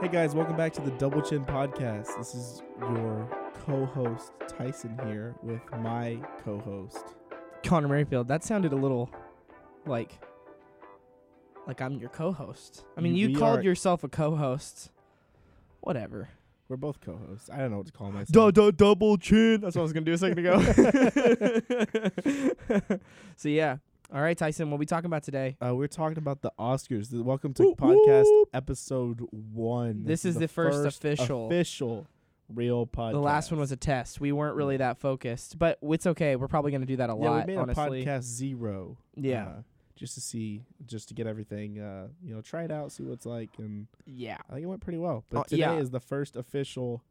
Hey guys, welcome back to the Double Chin Podcast. This is your co-host Tyson here with my co-host. Connor Merrifield. That sounded a little like like I'm your co-host. I mean, You- you, we called are- yourself a co-host. Whatever. We're both co-hosts. I don't know what to call myself. duh, double chin. That's what I was gonna do a second ago. so yeah. All right, Tyson. What we talking about today? Uh, we're talking about the Oscars. The Welcome to Whoop, Podcast whoop. episode one. This is the first official- official real podcast. The last one was a test. We weren't really that focused, but it's okay. We're probably gonna do that a yeah. lot. we made honestly. a podcast zero. Yeah. uh, just to see, just to get everything. Uh, you know, try it out, see what it's like, and yeah. I think it went pretty well. But Uh, today yeah. is the first official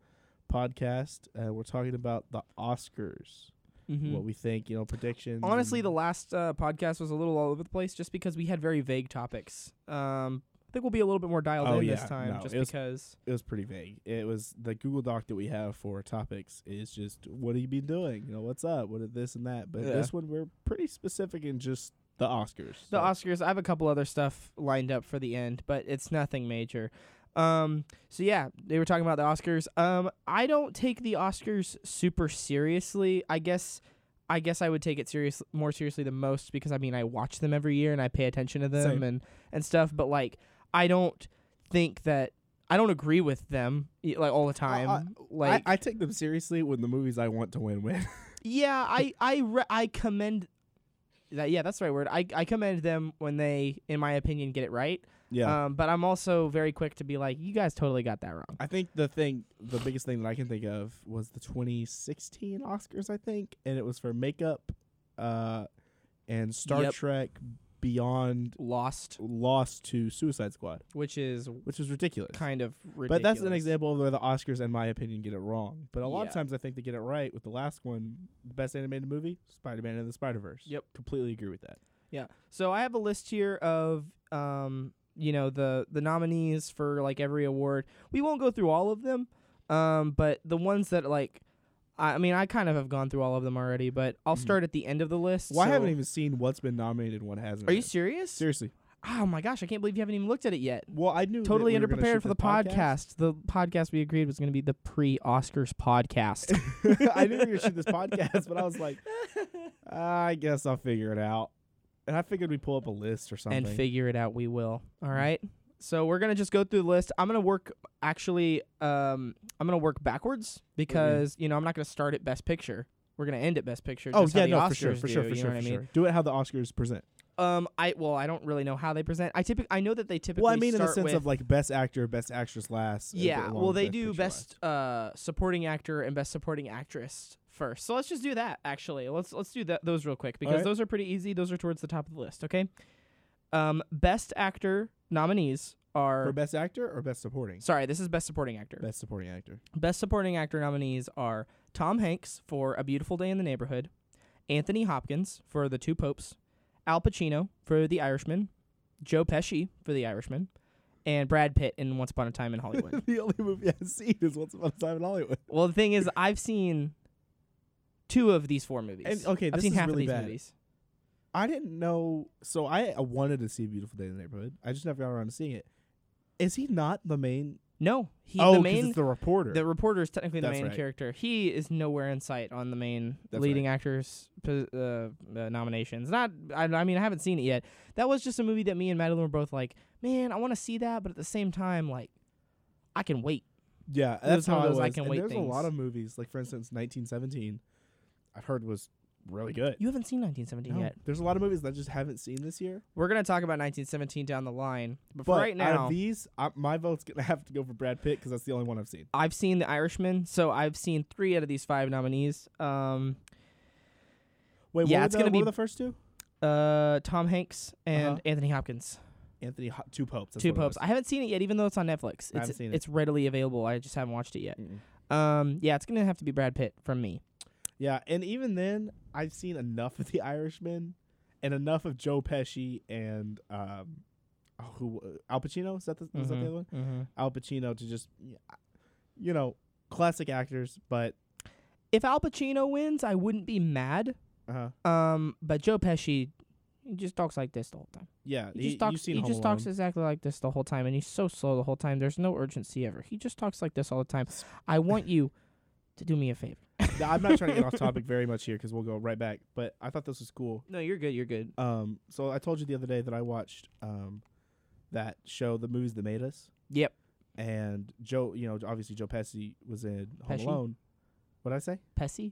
podcast. Uh, we're talking about the Oscars, Mhm. what we think, you know, predictions. Honestly, and- the last uh, podcast was a little all over the place just because we had very vague topics. Um, I think we'll be a little bit more dialed Oh, in yeah. this time No, just it was- because. it was pretty vague. It was the Google Doc that we have for topics is just what have you been doing? You know, what's up? What is this and that? But Yeah. this one we're pretty specific in just the Oscars. The So, Oscars, I have a couple other stuff lined up for the end, but it's nothing major. Um, so yeah, they were talking about the Oscars. Um, I don't take the Oscars super seriously. I guess I guess I would take it serious more seriously than most because I mean I watch them every year and I pay attention to them Same. and and stuff, but like I don't think that I don't agree with them y- like all the time. like I, I take them seriously when the movies I want to win win. yeah, I I re- I commend that yeah, that's the right word. I I commend them when they in my opinion get it right. yeah. Um, but I'm also very quick to be like, you guys totally got that wrong. I think the thing, the biggest thing that I can think of was the 2016 Oscars, I think, and it was for makeup, uh, and Star Yep. Trek Beyond Lost, lost to Suicide Squad, which is which is ridiculous. kind of ridiculous. But that's an example of where the Oscars, in my opinion, get it wrong. But a lot of Yeah. times, I think they get it right. With the last one, the best animated movie, Spider-Man and the Spider-Verse. Yep. completely agree with that. Yeah. So I have a list here of um, you know, the the nominees for like every award. We won't go through all of them, um, but the ones that like, I, I mean, I kind of have gone through all of them already. But I'll Mhm. start at the end of the list. Well, I so- haven't even seen what's been nominated, and what hasn't. Are you yet. serious? seriously? Oh my gosh, I can't believe you haven't even looked at it yet. Well, I knew that Totally we were gonna shoot underprepared for the this podcast. The podcast we agreed was going to be the pre-Oscars podcast. I knew we were gonna shoot this podcast, but I was like, I guess I'll figure it out. And I figured we'd pull up a list or something. Mm. and figure it out we will all right so we're gonna just go through the list i'm gonna work actually um i'm gonna work backwards because you know i'm not gonna start at best picture we're gonna end at best picture Mm-hmm. oh just how yeah, the no, Oscars for sure, for sure, do, for you sure, know for what i mean sure. Do it how the Oscars present. um i well i don't really know how they present i typically i know that they typically Well, I mean, in the start sense with, of like best actor, best actress last. and yeah along well with they Best do Picture best uh supporting actor and best supporting actress first so let's just do that actually let's let's do that those real quick because right. those are pretty easy those are towards the top of the list okay um best actor nominees last. are for best actor or best supporting. Sorry, this is Best Supporting Actor. Best supporting actor. Best Supporting Actor nominees are Tom Hanks for A Beautiful Day in the Neighborhood, Anthony Hopkins for The Two Popes, Al Pacino for The Irishman, Joe Pesci for The Irishman, and Brad Pitt in Once Upon a Time in Hollywood. the only movie I've seen is Once Upon a Time in Hollywood. well, the thing is, I've seen two of these four movies. And okay, I've this seen is half really of these bad. movies. I didn't know. So I uh, wanted to see Beautiful Day in the Neighborhood. I just never got around to seeing it. Is he not the main? No, he oh, the 'cause main it's the reporter. The reporter is technically the That's main right. character. He is nowhere in sight on the main That's leading actors po- uh, uh, nominations. Not, I, I mean, I haven't seen it yet. That was just a movie that me and Madeline were both like, man, I want to see that, but at the same time, like, I can wait. Yeah, was that's one how of I those was. I can and wait there's a lot things. of movies, like for instance, 1917. I've heard was really good. You haven't seen 1917 No, yet. There's a lot of movies that I just haven't seen this year. We're gonna talk about 1917 down the line, but, for But right out now, of these, I, my vote's gonna have to go for Brad Pitt because that's the only one I've seen. I've seen The Irishman, so I've seen three out of these five nominees. Um, Wait, Yeah, what were it's the, gonna what be- were the first two? uh, Tom Hanks and Uh-huh. Anthony Hopkins. Anthony, Ho- two popes. that's Two what it Popes. I haven't seen it yet, even though it's on I Netflix. It's, haven't seen it. it's readily available. I just haven't watched it yet. was. Mm-mm. Um, yeah, it's gonna have to be Brad Pitt from me. Yeah, and even then, I've seen enough of The Irishman, and enough of Joe Pesci and um, oh, who Al Pacino is that the, is that the Mhm, other one? mhm. Al Pacino to just, you know, classic actors, but If Al Pacino wins, I wouldn't be mad. uh, Um, but Joe Pesci, He just talks like this the whole time. Yeah, He he- just talks. you've seen he Home just talks Alone. exactly like this the whole time, and he's so slow the whole time. There's no urgency ever. He just talks like this all the time. I want you to do me a favor. Yeah, I'm not trying to get off topic very much here because we'll go right back. But I thought this was cool. No, you're good. You're good. Um, so I told you the other day that I watched um, that show, the movies that made us. Yep. And Joe, you know, obviously Joe Pesci was in Home Pesci? Alone. What did I say? Pesci.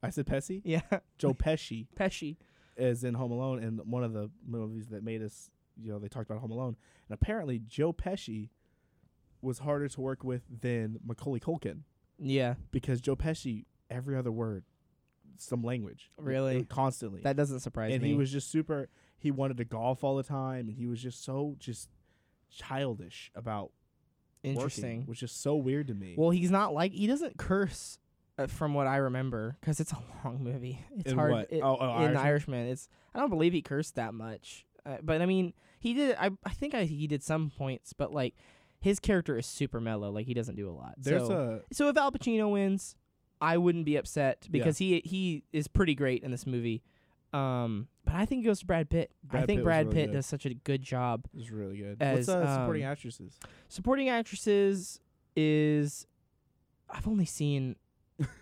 I said Pesci. Yeah. Joe Pesci Pesci. is in Home Alone, and one of the movies that made us, you know, they talked about Home Alone. And apparently, Joe Pesci was harder to work with than Macaulay Culkin Yeah. because Joe Pesci, every other word, some language, Really? constantly. That doesn't surprise and me. he was just super he wanted to golf all the time and he was just so just childish about working, interesting. which is so weird to me Well, he's not like he doesn't curse, uh, from what I remember, because it's a long movie. It's In hard. what? it- oh, oh in the Irishman? Irishman, it's I don't believe he cursed that much, uh, but I mean he did. I I think I, he did some points, but like his character is super mellow. Like he doesn't do a lot. there's so, a so if Al Pacino wins, I wouldn't be upset because he he is pretty great in this movie. Um, but I think it goes to Brad Pitt. I Brad think Pitt was Brad really Pitt good. does such a good job. it's really good what's as, uh, supporting um, actresses Supporting actresses is I've only seen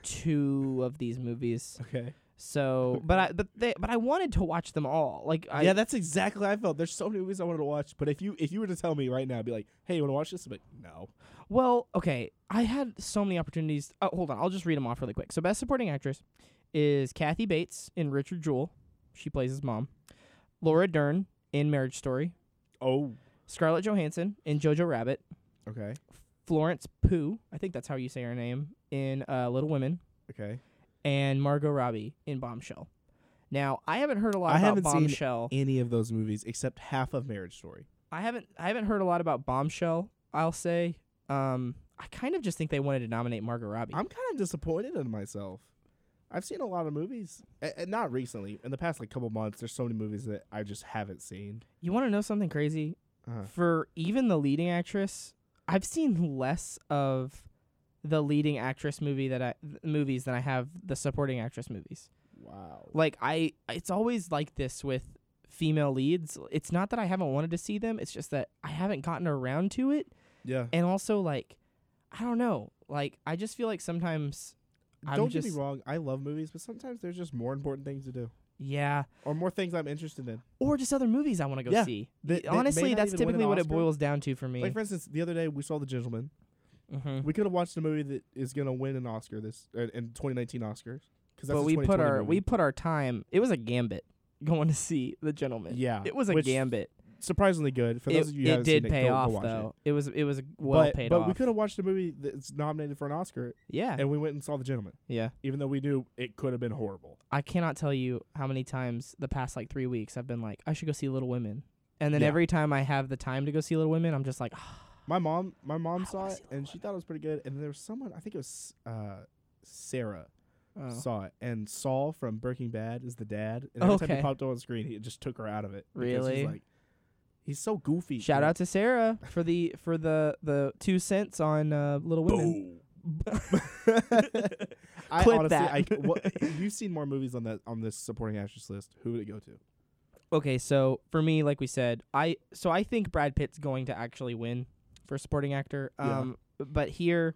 two of these movies. okay So, but I but they but I wanted to watch them all. Like I yeah that's exactly how i felt there's so many movies i wanted to watch but if you if you were to tell me right now I'd be like hey you want to watch this i'm like no Well, okay. I had so many opportunities. Oh, hold on. I'll just read them off really quick. So, best supporting actress is Kathy Bates in Richard Jewell. She plays his mom. Laura Dern in Marriage Story. oh Scarlett Johansson in Jojo Rabbit. okay Florence Pugh, I think that's how you say her name, in uh, Little Women. okay And Margot Robbie in Bombshell. Now, I haven't heard a lot I about haven't seen Bombshell. any of those movies except half of marriage story I haven't I haven't heard a lot about Bombshell, I'll say. Um, I kind of just think they wanted to nominate Margot Robbie. i'm kind of disappointed in myself I've seen a lot of movies, A- a- not recently. In the past like couple months, there's so many movies that I just haven't seen. you want to know something crazy? Uh, for even the leading actress, I've seen less of the leading actress movie that I th- movies than I have the supporting actress movies. wow. Like I, it's always like this with female leads. It's not that I haven't wanted to see them. It's just that I haven't gotten around to it, Yeah. and also like, I don't know. Like I just feel like sometimes, I'm Don't just, get me wrong. I love movies, but sometimes there's just more important things to do Yeah, or more things I'm interested in. or just other movies I want to go Yeah. see. That- that may Honestly, not that's even win an typically what it Oscar. boils down to for me. Like for instance, the other day we saw The Gentleman. mm-hmm. We could have watched a movie that is gonna win an Oscar this uh, in 2019 Oscars because that's but a we put 2020 our we movie. put our time. It was a gambit going to see the gentleman. yeah it was a which gambit. Surprisingly good for It, those of you. who it haven't did seen pay it, go- go off watch it. though. It. was it was well but paid but off. Uh-huh. we could have watched a movie that's nominated for an Oscar, yeah, and we went and saw The Gentleman, yeah. even though we knew it could have been horrible. I cannot tell you how many times the past like three weeks I've been like, I should go see Little Women, and then Yeah. every time I have the time to go see Little Women, I'm just like, My mom, my mom I saw wanna it see Little and she thought it was pretty good. And there was someone, I think it was uh, Sarah, oh. saw it, and Saul from Breaking Bad is the dad. And every time Okay. he popped on screen, he just took her out of it. because Really? He's, like, he's so goofy. Shout out to Sarah for the for the the two cents on uh, Little Women. Boom. I Clip honestly, that. I, what, you've seen more movies on that on this supporting actress list. Who would it go to? Okay, so for me, like we said, I so I think Brad Pitt's going to actually win for supporting actor. Yeah. Um, but here,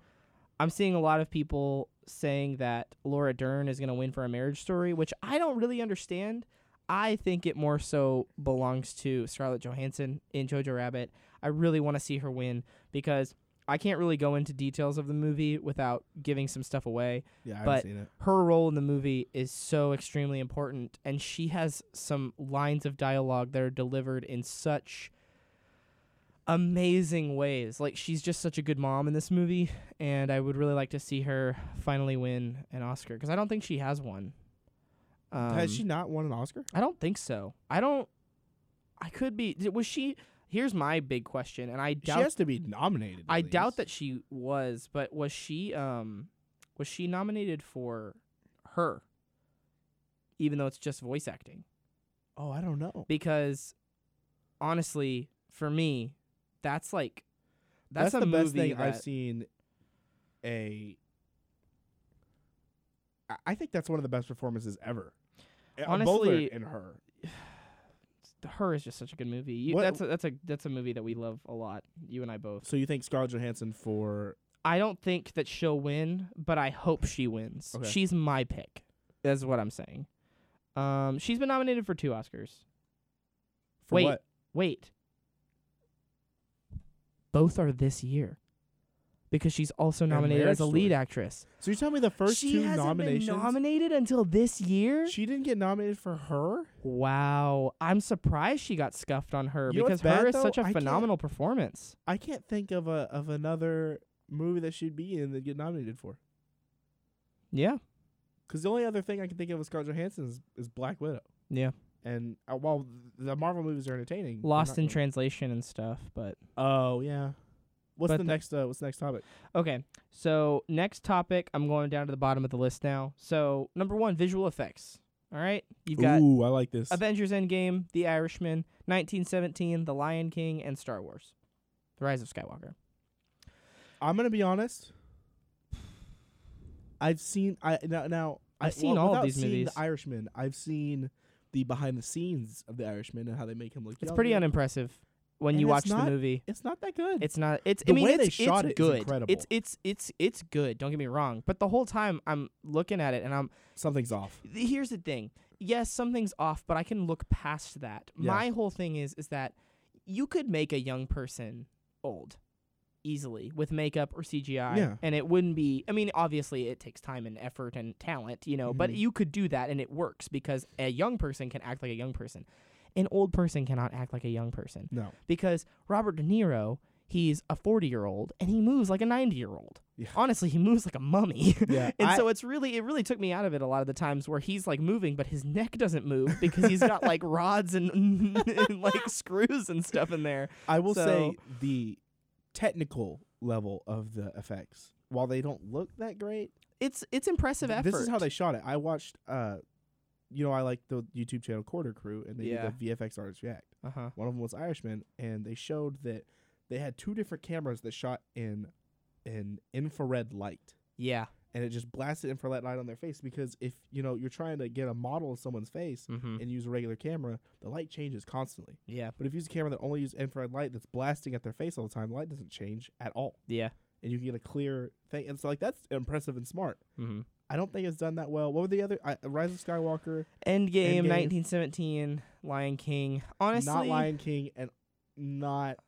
I'm seeing a lot of people saying that Laura Dern is going to win for a Marriage Story, which I don't really understand. I think it more so belongs to Scarlett Johansson in Jojo Rabbit. I really want to see her win because I can't really go into details of the movie without giving some stuff away Yeah, I But- haven't seen it. her role in the movie is so extremely important and she has some lines of dialogue that are delivered in such amazing ways like she's just such a good mom in this movie and i would really like to see her finally win an oscar because i don't think she has one um, Has she not won an Oscar? i don't think so i don't i could be d- was she here's my big question and i She doubt has to be nominated. at i doubt least. that she was but was she um was she nominated for her even though it's just voice acting Oh, I don't know. because honestly for me that's like that's, a the movie best thing that, I've seen. A, I- I think that's one of the best performances ever. Uh, both are Honestly, in her, her is just such a good movie. You, What- that's a, that's a that's a movie that we love a lot. You and I both. So you think Scarlett Johansson for I don't think that she'll win, but I hope she wins. Okay. She's my pick. That's what I'm saying. Um, she's been nominated for two Oscars. for Wait. what? Wait. Both are this year. Because she's also And nominated Marriage as a Story. lead actress. So you tell me the first she 2 hasn't nominations. been nominated until this year. she didn't get nominated for her. wow, I'm surprised she got scuffed on her You know what's because her bad, is though? such a I can't- phenomenal performance. I can't think of a of another movie that she'd be in that get nominated for. Yeah, Because the only other thing I can think of with Scarlett Johansson is, is Black Widow. yeah. And uh, while the Marvel movies are entertaining, they're Lost not in really- translation and stuff, but Oh yeah. What's But the the- next? Uh, what's the next topic? Okay, so next topic, I'm going down to the bottom of the list now. So number one, visual effects. All right, you've got Ooh, I like this. Avengers Endgame, The Irishman, 1917, The Lion King, and Star Wars, The Rise of Skywalker. I'm gonna be honest. I've seen I now, now I've I, seen well, all of without these seeing movies. The Irishman. I've seen the behind the scenes of The Irishman and how they make him look. It's younger. pretty unimpressive when And you it's watch not- the movie. It's not that good. It's not. It's. The I mean, way it's, they shot it's it is good. incredible. It's it's it's it's good. Don't get me wrong. But the whole time I'm looking at it and I'm. Something's off. th- Here's the thing. Yes, something's off, but I can look past that. Yeah. My whole thing is is that you could make a young person old easily with makeup or CGI Yeah. and it wouldn't be I mean obviously it takes time and effort and talent, you know, but Mhm. you could do that and it works because a young person can act like a young person. An old person cannot act like a young person No. because Robert De Niro, he's a 40-year-old and he moves like a 90-year-old. Yeah. Honestly, he moves like a mummy. Yeah. And I- so it's really it really took me out of it a lot of the times where he's like moving but his neck doesn't move because he's got like rods and, and like screws and stuff in there. I will so- say the technical level of the effects, while they don't look that great, It's it's impressive th- effort. this is how they shot it. I watched. uh you know, I like the YouTube channel Quarter Crew, and they Yeah. did the VFX artists react. uh-huh. One of them was Irishman, and they showed that they had two different cameras that shot in in infrared light, Yeah. and it just blasted infrared light on their face because if you know you're trying to get a model of someone's face Mm-hmm. and use a regular camera, the light changes constantly. Yeah. But if you use a camera that only uses infrared light that's blasting at their face all the time, the light doesn't change at all, Yeah. and you can get a clear thing. And so like that's impressive and smart. Mm-hmm. I don't think it's done that well. What were the other I, Rise of Skywalker, Endgame, Endgame. 1917, Lion King. Honestly, not Lion King, and not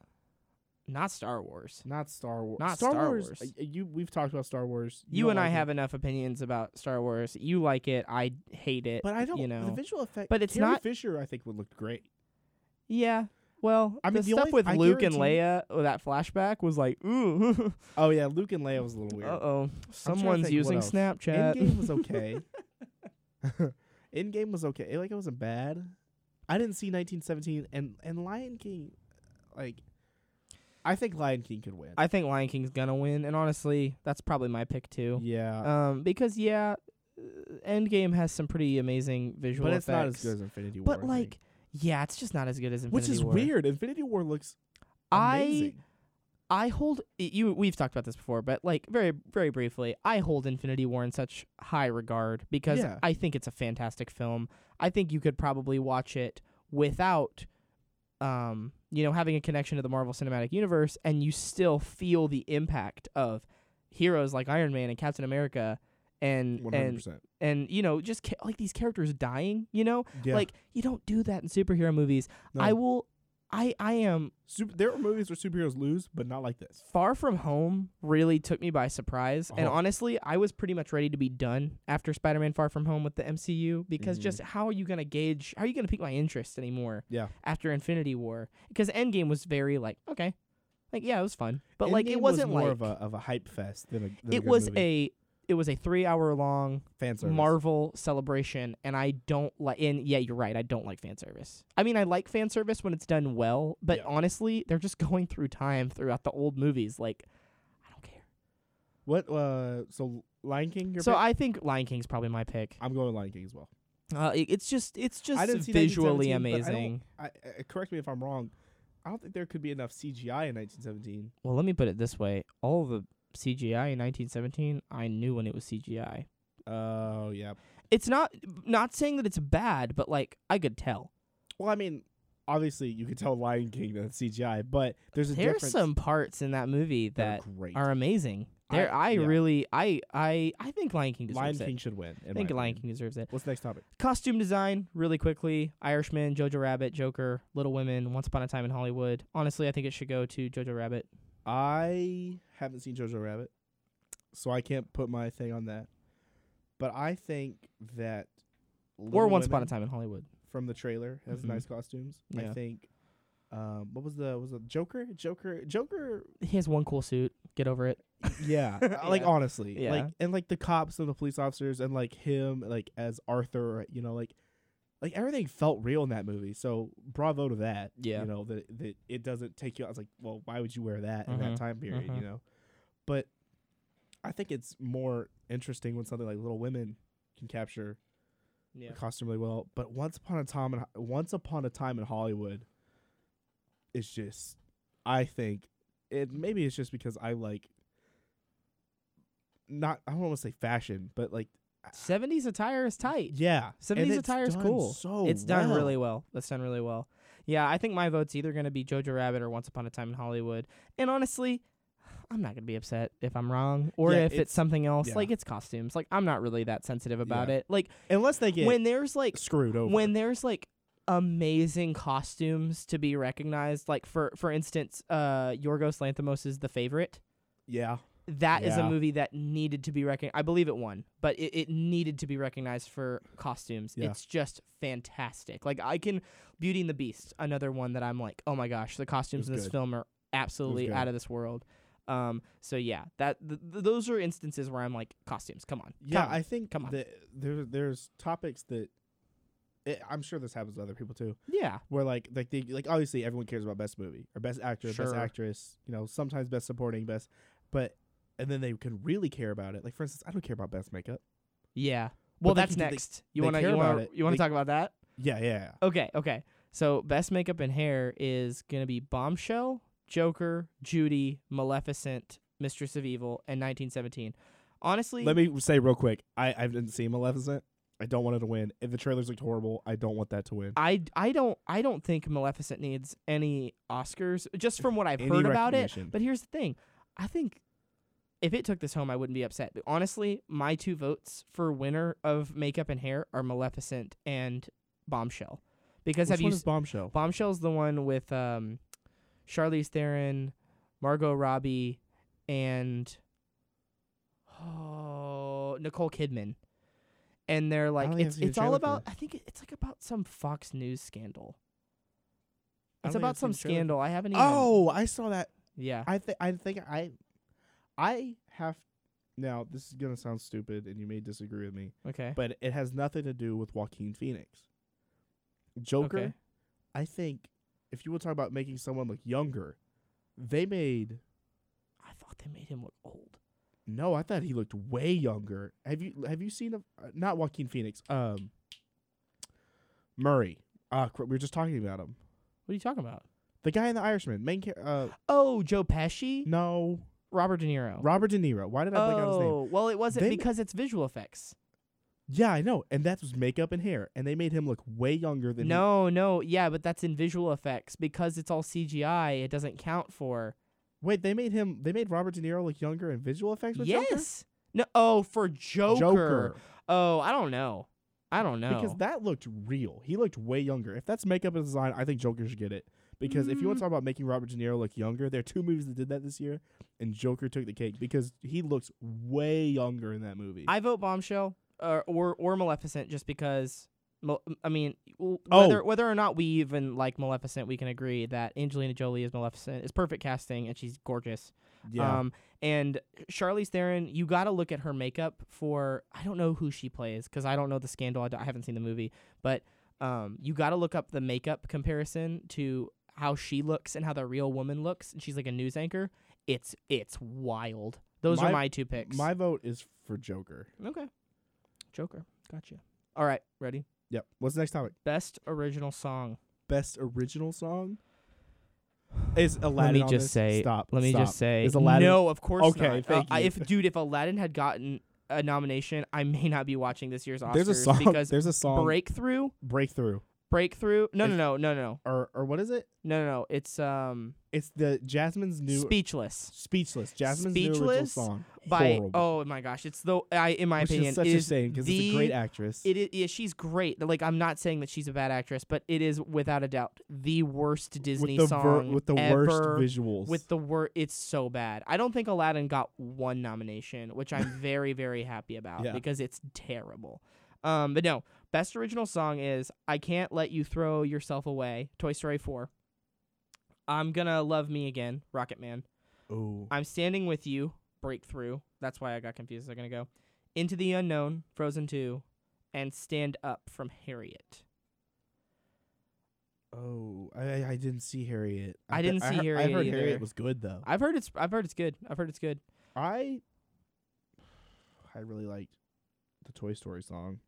not Star Wars. Not Star Wars. Not Star Wars. uh, You we've talked about Star Wars. You, don't and I like it. have enough opinions about Star Wars. You like it, I hate it. but I don't. you the know. visual effect. But it's Carrie not- Fisher. I think would look great. Yeah. Well, I mean, the, the stuff only- with I Luke and guarantee- Leia, oh, that flashback was like, ooh, Oh yeah, Luke and Leia was a little uh weird. oh, someone's think what using else. Snapchat. Endgame was okay. Endgame was okay. Like it wasn't bad. I didn't see 1917 and and Lion King. Like, I think Lion King could win. I think Lion King's gonna win, and honestly, that's probably my pick too. yeah, Um, because yeah, uh, Endgame has some pretty amazing visual but it's not as effects. good as Infinity War. I but think. like, yeah, it's just not as good as Infinity which is War. weird. Infinity War looks I- amazing. I hold y- you. We've talked about this before, but like very, very briefly, I hold Infinity War in such high regard because Yeah. I think it's a fantastic film. I think you could probably watch it without, um, you know, having a connection to the Marvel Cinematic Universe, and you still feel the impact of heroes like Iron Man and Captain America, and 100. and percent and you know, just ca- like these characters dying. You know, Yeah, like you don't do that in superhero movies. no. I will. I, I am Super, there are movies where superheroes lose, but not like this. Far From Home really took me by surprise. And Oh. honestly, I was pretty much ready to be done after Spider Man Far From Home with the MCU because Mhm. just how are you going to gauge, how are you going to pique my interest anymore Yeah. after Infinity War? Because Endgame was very like, okay. Like, yeah, it was fun. But like, Endgame it wasn't was more like, of a of a hype fest than a. Than it was a. It was a three-hour-long a fan service. Marvel celebration, and I don't like. And yeah, you're right. I don't like fan service. I mean, I like fan service when it's done well, but Yeah. honestly, they're just going through time throughout the old movies. Like, I don't care. what? Uh, so Lion King. Your so pick? I think Lion King's probably my pick. I'm going with Lion King as well. Uh, it- it's just it's just didn't see visually 1917, but I don't- amazing. I, I, correct me if I'm wrong. I don't think there could be enough CGI in 1917. Well, let me put it this way: all the CGI in 1917, I knew when it was CGI. Oh yeah. It's not not saying that it's bad, but like I could tell. Well, I mean, obviously you could tell Lion King that's CGI, but there's a There's difference. some parts in that movie that that are great. are amazing. There, I, I- yeah. really, I, I, I think Lion King Lion deserves King it. should win. in my I think Lion opinion. King deserves it. What's the next topic? Costume design, really quickly. Irishman, Jojo Rabbit, Joker, Little Women, Once Upon a Time in Hollywood. Honestly, I think it should go to Jojo Rabbit. I haven't seen Jojo Rabbit, so I can't put my thing on that. But I think that or Little Once Upon a Women Time in Hollywood. from the trailer has Mhm. nice costumes. Yeah. I think. Um, what was the was the Joker? Joker? Joker? He has one cool suit. Get over it. Yeah, uh, Yeah. like honestly, like Yeah. and like the cops and the police officers and like him, like as Arthur, you know, like like everything felt real in that movie. So bravo to that. Yeah. you know that that it doesn't take you. out. I was like, well, why would you wear that in Mhm. that time period? Mhm. You know, but I think it's more interesting when something like Little Women can capture Yeah. the costume really well. But once upon a time, in, once upon a time in Hollywood, it's just, I think it. Maybe it's just because I like, not I don't want to say fashion, but like, Seventies attire is tight. yeah, Seventies it's attire is done cool. So it's done well. really well. That's done really well. Yeah, I think my vote's either going to be Jojo Rabbit or Once Upon a Time in Hollywood. And honestly, I'm not going to be upset if I'm wrong or Yeah, if it's, it's- something else. yeah. Like it's costumes. Like I'm not really that sensitive about Yeah. it. Like unless they get when there's like screwed over. when there's like amazing costumes to be recognized, like for for instance, uh Yorgos Lanthimos is the favorite. yeah, That is a Yeah. movie that needed to be recognized. I believe it won, but it, it needed to be recognized for costumes. Yeah. It's just fantastic. Like I can Beauty and the Beast, another one that I'm like, oh my gosh, the was costumes in this good. film are absolutely good. out of this world. Um, so yeah, that th- th- those are instances where I'm like, costumes, come on, yeah, come on. I think come on. that there there's topics that. It, I'm sure this happens to other people too. yeah, where like like they like obviously everyone cares about best movie or best actor, Sure. best actress, you know, sometimes best supporting, best but and then they can really care about it. Like for instance, I don't care about best makeup. yeah. Well, they that's can do- they- next. you they wanna care you about wanna it. you wanna They- talk about that? Yeah, yeah, yeah. Okay, okay. So best makeup and hair is gonna be Bombshell, Joker, Judy, Maleficent, Mistress of Evil, and 1917. Honestly, Let me say real quick, I I didn't see Maleficent. I don't want it to win. If the trailers looked horrible, I don't want that to win. I I don't I don't think Maleficent needs any Oscars just from what I've heard about it. But here's the thing, I think if it took this home, I wouldn't be upset. But honestly, my two votes for winner of makeup and hair are Maleficent and Bombshell, because Which have you one s- is bombshell? Bombshell's the one with um, Charlize Theron, Margot Robbie, and oh Nicole Kidman, and they're like don't think I've it's seen the it's all trailer for about this. I think it- it's like about some Fox News scandal. I don't It's think about I've some seen the trailer for- scandal. I haven't even. Oh, I saw that. yeah. I think I think I I have now this is going to sound stupid and you may disagree with me. Okay. but it has nothing to do with Joaquin Phoenix. Joker, Okay. I think if you will talk about making someone look younger, they made I thought they made him look old. no. I thought he looked way younger. Have you have you seen a, uh, not Joaquin Phoenix? Um, Murray. Uh, cr- we were just talking about him. What are you talking about? The guy in the Irishman, main character. Uh, Oh, Joe Pesci, no, Robert De Niro. Robert De Niro. Why did I blank out his name? oh, well, it wasn't They- because it's visual effects. Yeah, I know, and that was makeup and hair, and they made him look way younger than he- No, no, yeah, but that's in visual effects because it's all CGI. It doesn't count for Wait, they made him. They made Robert De Niro look younger in visual effects. With Joker? yes. No, oh, for Joker. Joker. Oh, I don't know. I don't know. Because that looked real. He looked way younger. If that's makeup and design, I think Joker should get it. Because if you want Mm. to talk about making Robert De Niro look younger, there are two movies that did that this year, and Joker took the cake because he looks way younger in that movie. I vote Bombshell or or, or Maleficent just because. Mal- I mean, w- Oh. whether whether or not we even like Maleficent, we can agree that Angelina Jolie is Maleficent. It's perfect casting, and she's gorgeous. yeah, Um, and Charlize Theron, you got to look at her makeup for I don't know who she plays because I don't know the scandal. I, d- I haven't seen the movie, but um, you got to look up the makeup comparison to how she looks and how the real woman looks. And she's like a news anchor. It's it's wild. Those My- are my two picks. my vote is for Joker. okay, Joker, gotcha. All right, ready. Yep. What's the next topic? Best original song. Best original song is Aladdin. Let me on just this? say- Stop. Let me stop. just say, Is Aladdin- no, of course Okay, not. Uh, thank I- you. if dude, if Aladdin had gotten a nomination, I may not be watching this year's Oscars There's a song. because There's a song. breakthrough Breakthrough. Breakthrough? No, no, Is- no, no, no, or or what is it? no, no, no. It's um, It's the Jasmine's new Speechless Speechless. Jasmine's new original Speechless song. by Horrible. oh my gosh, it's the I in my Which opinion is such a is shame because it's a the- great actress. it is yeah she's great. Like I'm not saying that she's a bad actress, but it is without a doubt the worst Disney with the ver- song with the ever. worst visuals. with the word it's so bad i don't think aladdin got one nomination which i'm very very happy about Yeah. because it's terrible um but no best original song is i can't let you throw yourself away toy story 4 i'm gonna love me again rocket man Ooh. i'm standing with you breakthrough that's why i got confused they're gonna go into the unknown frozen 2 and stand up from harriet oh, I I- I didn't see Harriet. I bet- didn't see heard- I Harriet heard either. Harriet was good though. i've heard it's i've heard it's good i've heard it's good I I really liked the Toy Story song.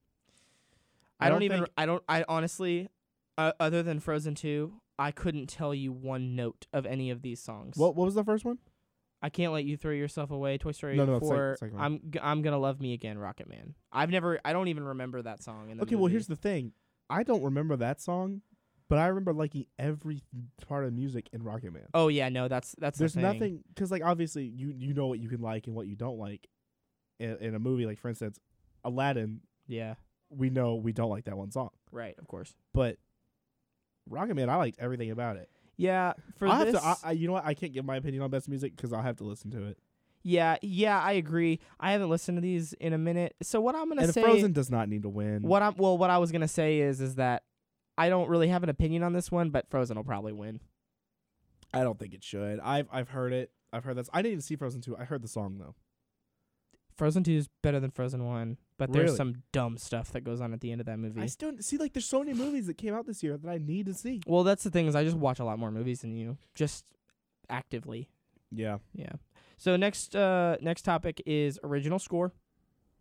I don't even. think- I don't. I honestly, uh, other than Frozen Two, I couldn't tell you one note of any of these songs. What what was the first one? I can't let you throw yourself away. Toy Story No, no, it's like- Four. it's like one. I'm. G- I'm gonna love me again, Rocket Man. I've never. I don't even remember that song. In the Okay, well movie. here's the thing. I don't remember that song, but I remember liking every part of music in Rocket Man. Oh yeah, no, that's that's. the There's thing. nothing because like obviously you you know what you can like and what you don't like in, in a movie. Like for instance, Aladdin, Yeah. we know we don't like that one song, Right. Of course. but Rocket Man, I liked everything about it. Yeah. For I this. have to, I, I, you know what? I can't give my opinion on best music because I'll have to listen to it. yeah. Yeah. I agree. I haven't listened to these in a minute. So what I'm gonna And say. Frozen does not need to win. What I'm. Well, what I was gonna say is is that. I don't really have an opinion on this one, but Frozen will probably win. I don't think it should. I've I've heard it. I've heard this. I didn't even see Frozen two. I heard the song though. Frozen Two is better than Frozen One, but there's Really? some dumb stuff that goes on at the end of that movie. I still see like there's so many movies that came out this year that I need to see. well, that's the thing is I just watch a lot more movies than you, just actively. Yeah. Yeah. So next, uh, next topic is original score.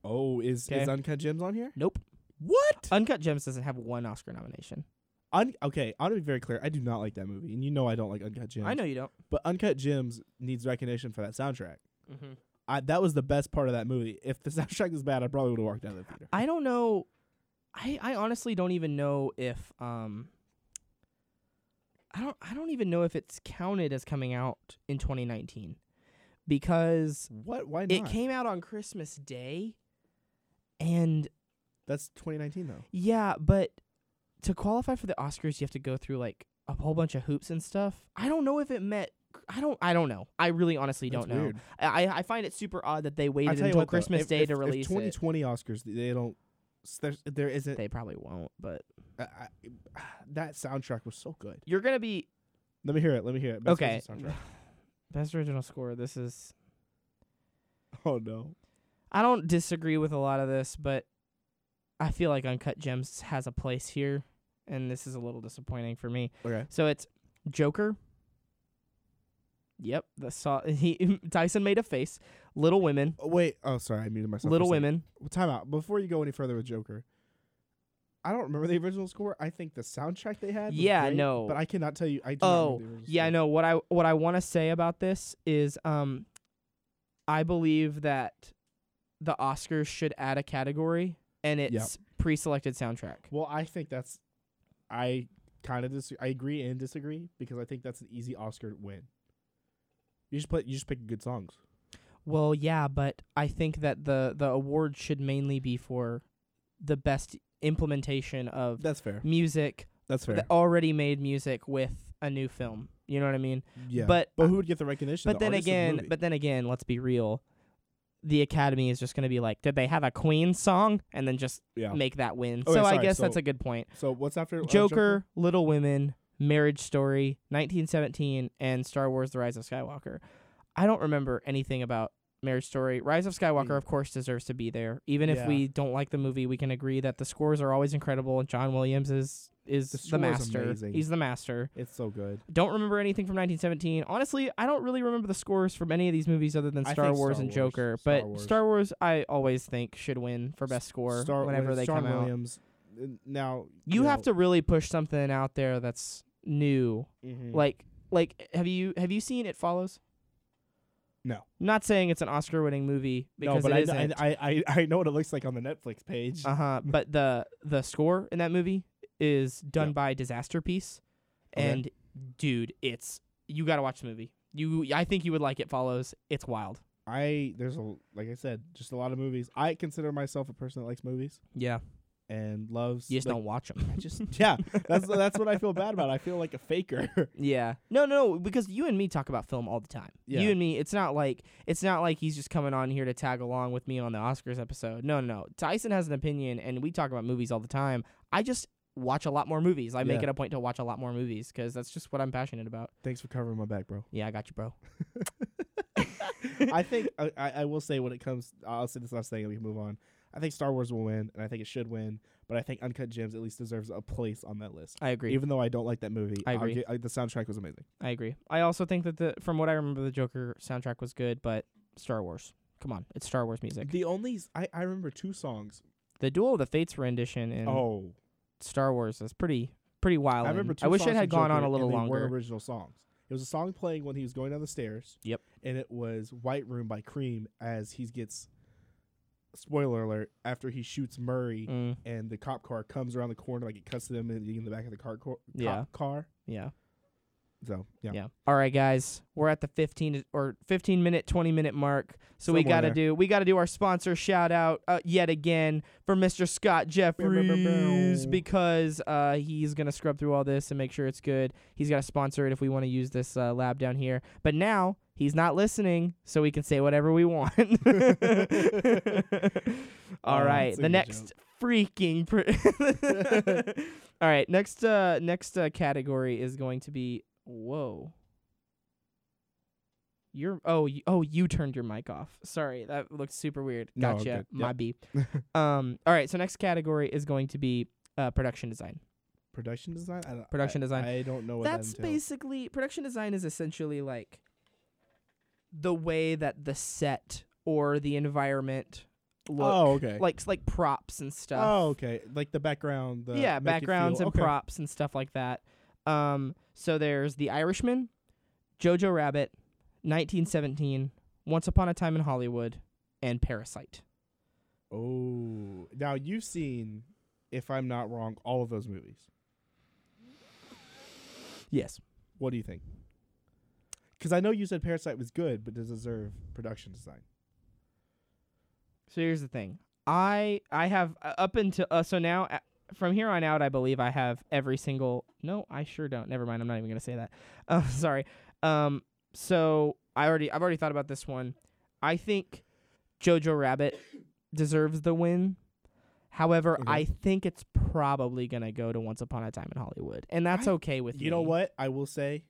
Oh, is Okay. is Uncut Gems on here? Nope. What? Uncut Gems doesn't have one Oscar nomination. Un- okay, I want to be very clear. I do not like that movie, and you know I don't like Uncut Gems. I know you don't. but Uncut Gems needs recognition for that soundtrack. Mm-hmm. I, that was the best part of that movie. If the soundtrack was bad, I probably would have walked out of the theater. I don't know. I I honestly don't even know if um. I don't I don't even know if it's counted as coming out in 2019, because what? Why not? it came out on Christmas Day, and That's 2019 though. yeah, but to qualify for the Oscars, you have to go through like a whole bunch of hoops and stuff. I don't know if it met. I don't. I don't know. I really, honestly That's don't know. weird. I I find it super odd that they I waited tell you until what, though, Christmas if- Day if- to if release it. 2020 Oscars. They don't. There's, there isn't uh, They probably won't. But I, I, that soundtrack was so good. you're gonna be Let me hear it. Let me hear it. Best okay. original soundtrack. Best original score. This is. Oh no. I don't disagree with a lot of this, but I feel like Uncut Gems has a place here, and this is a little disappointing for me. Okay. So it's Joker. Yep, the saw he Tyson made a face. Little Women, Oh, wait. Oh, sorry. I muted myself. for a Little second. Women. Well, Time out. Before you go any further with Joker, I don't remember the original score. I think the soundtrack they had. was Yeah, great, no. But I cannot tell you. I do Oh, Not remember the original Yeah, I score. know what I what I want to say about this is um I believe that the Oscars should add a category and it's pre-selected soundtrack. Well, I think that's. I kind of dis- I agree and disagree because I think that's an easy Oscar win. You just play. You just pick good songs. Well, yeah, but I think that the the award should mainly be for the best implementation of That's fair. music That's fair. that already made music with a new film. You know what I mean? yeah. oh, but- but who would get the recognition? But The then artist or the again, movie? but then again, let's be real. The Academy is just going to be like, did they have a Queen song and then just yeah. make that win? Okay, so I sorry, guess that's so- a good point. So what's after uh, Joker, Little Women, Marriage Story, 1917, and Star Wars: The Rise of Skywalker. I don't remember anything about Marriage Story. Rise of Skywalker, Mm. of course, deserves to be there. Even if Yeah. we don't like the movie, we can agree that the scores are always incredible. And John Williams is is The the, score is master. amazing. He's the master. It's so good. Don't remember anything from 1917. Honestly, I don't really remember the scores from any of these movies other than I Star think Wars Star and Wars. Joker. Star but Wars. Star Wars, I always think should win for best score Star, whenever when they Star come out. Williams, uh, Now You have know, to really push something out there that's new. mhm. Like, like have you have you seen It Follows? No. Not saying it's an Oscar-winning movie no, because but it Uh-huh. I, isn't. I, I I know what it looks like on the Netflix page. Uh huh. But the the score in that movie is done Yeah. by Disaster Piece, Okay. and dude, it's you got to watch the movie. You, I think you would like it. Follows, it's wild. I there's a like I said, just a lot of movies. I consider myself a person that likes movies Yeah, and loves. you just like- don't watch them. I just yeah. That's that's what I feel bad about. I feel like a faker. Yeah. No, no, because you and me talk about film all the time. Yeah. You and me, it's not like it's not like he's just coming on here to tag along with me on the Oscars episode. No, no, no. Tyson has an opinion and we talk about movies all the time. I just watch a lot more movies. I make Yeah. it a point to watch a lot more movies cuz that's just what I'm passionate about. Thanks for covering my back, bro. Yeah, I got you, bro. I think I, I I will say when it comes, I'll say this last thing and we can move on. I think Star Wars will win, and I think it should win. But I think Uncut Gems at least deserves a place on that list. I agree. Even though I don't like that movie, I I'll agree. gi- I, the soundtrack was amazing. I agree. I also think that the from what I remember the Joker soundtrack was good, but Star Wars. Come on. It's Star Wars music. The only s- I, I remember two songs. The Duel of the Fates rendition in oh, Star Wars is pretty pretty wild. I remember. Two I wish songs it from had gone on Joker, a little and they longer. Weren't original songs. It was a song playing when he was going down the stairs. Yep. And it was "White Room" by Cream as he gets. Spoiler alert! After he shoots Murray, Mm, and the cop car comes around the corner, like it cuts to them in the, in the back of the car. Cor- Yeah. Cop car. yeah. So yeah. Yeah. All right, guys, we're at the 15 to- or 15 minute, 20 minute mark. So we Somewhere gotta there. do we gotta do our sponsor shout out uh, yet again for Mr. Scott Jeffries because uh, he's gonna scrub through all this and make sure it's good. He's gotta sponsor it if we want to use this uh, lab down here. But now he's not listening, so we can say whatever we want. all Oh, right, that's a the good next freaking. Pr- all right, next uh, next uh, category is going to be whoa. Your oh you, oh you turned your mic off. Sorry, that looked super weird. No, I'm Gotcha. good. My Yep. B. Um. All right. So next category is going to be uh, production design. Production design. I don't, Production I- design. I don't know what That's that entails. basically production design is essentially like the way that the set or the environment look, oh okay. like like props and stuff oh okay. Like the background. The yeah make it backgrounds feel- and okay. props and stuff like that um so there's the irishman jojo rabbit 1917 once upon a time in hollywood and parasite Oh, now you've seen, if I'm not wrong, all of those movies. yes What do you think? Because I know you said Parasite was good, but does it deserve production design. so here's the thing i i have uh, up until uh, so now uh, from here on out i believe i have every single no i sure don't never mind i'm not even gonna say that uh, sorry um so i already i've already thought about this one i think jojo rabbit deserves the win however Okay. i think it's probably gonna go to once upon a time in hollywood and that's I- okay with You know me. what? I will say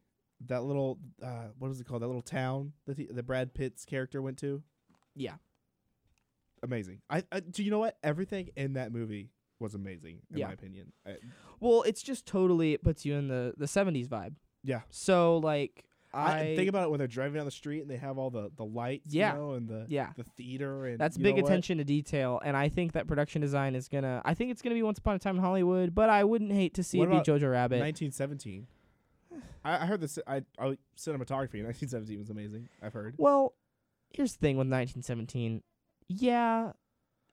that little uh, what was it called? That little town that the, that Brad Pitt's character went to. Yeah. Amazing. I, I do. You know what? Everything in that movie was amazing, in Yeah. my opinion. I, well it's just totally it puts you in the the 70s vibe Yeah. so like I, i, think about it when they're driving down the street and they have all the the lights, Yeah. you know, and the yeah the theater and That's you big know what? attention to detail, and I think that production design is gonna. I think it's gonna be Once Upon a Time in Hollywood, but I wouldn't hate to see What it about be Jojo Rabbit. 1917. I, I heard this. I, I cinematography in 1917 was amazing. I've heard. well, here's the thing with 1917. Yeah,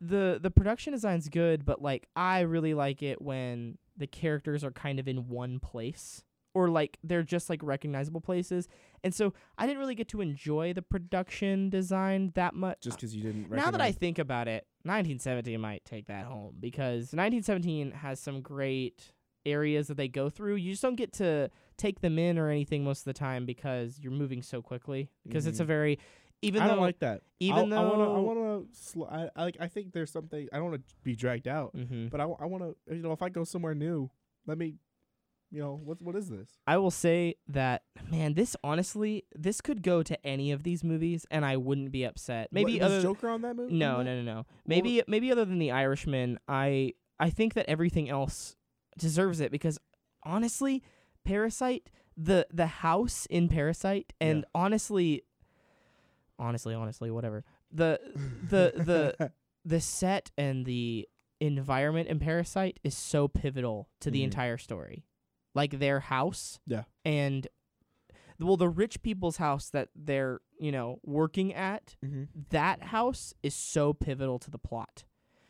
the the production design's good, but like I really like it when the characters are kind of in one place. Or like they're just like recognizable places, and so I didn't really get to enjoy the production design that much. Just because you didn't. now that I recognize- think about it, 1917 might take that home because 1917 has some great areas that they go through. You just don't get to take them in or anything most of the time because you're moving so quickly. Because it's a Mhm. very even I though don't like that. even I'll- though I want to, I want to, sl- I, I like. I think there's something. I don't want to be dragged out, Mhm. but I, want to. You know, if I go somewhere new, let me. You know, what what is this? I will say that man, this honestly, this could go to any of these movies, and I wouldn't be upset. Maybe what, was other Joker on that movie. No, in no, that? no, no. Maybe maybe other than the Irishman, I I think that everything else deserves it because honestly, Parasite, the the house in Parasite, and Yeah. honestly, honestly, honestly, whatever the the the the set and the environment in Parasite is so pivotal to the Mhm. entire story, like their house. Yeah. and well, the rich people's house that they're you know working at Mhm. that house is so pivotal to the plot.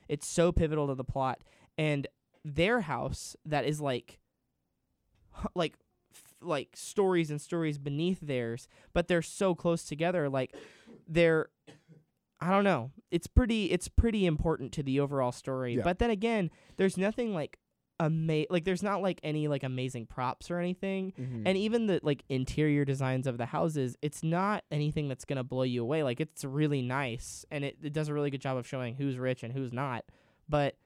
It's so pivotal to the plot. And their house that is like h- like f- like stories and stories beneath theirs, but they're so close together like they're I don't know. It's pretty it's pretty important to the overall story. Yeah. But then again, there's nothing like ama- like there's not like any like amazing props or anything Mm-hmm. and even the like interior designs of the houses it's not anything that's going to blow you away like it's really nice and it, it does a really good job of showing who's rich and who's not but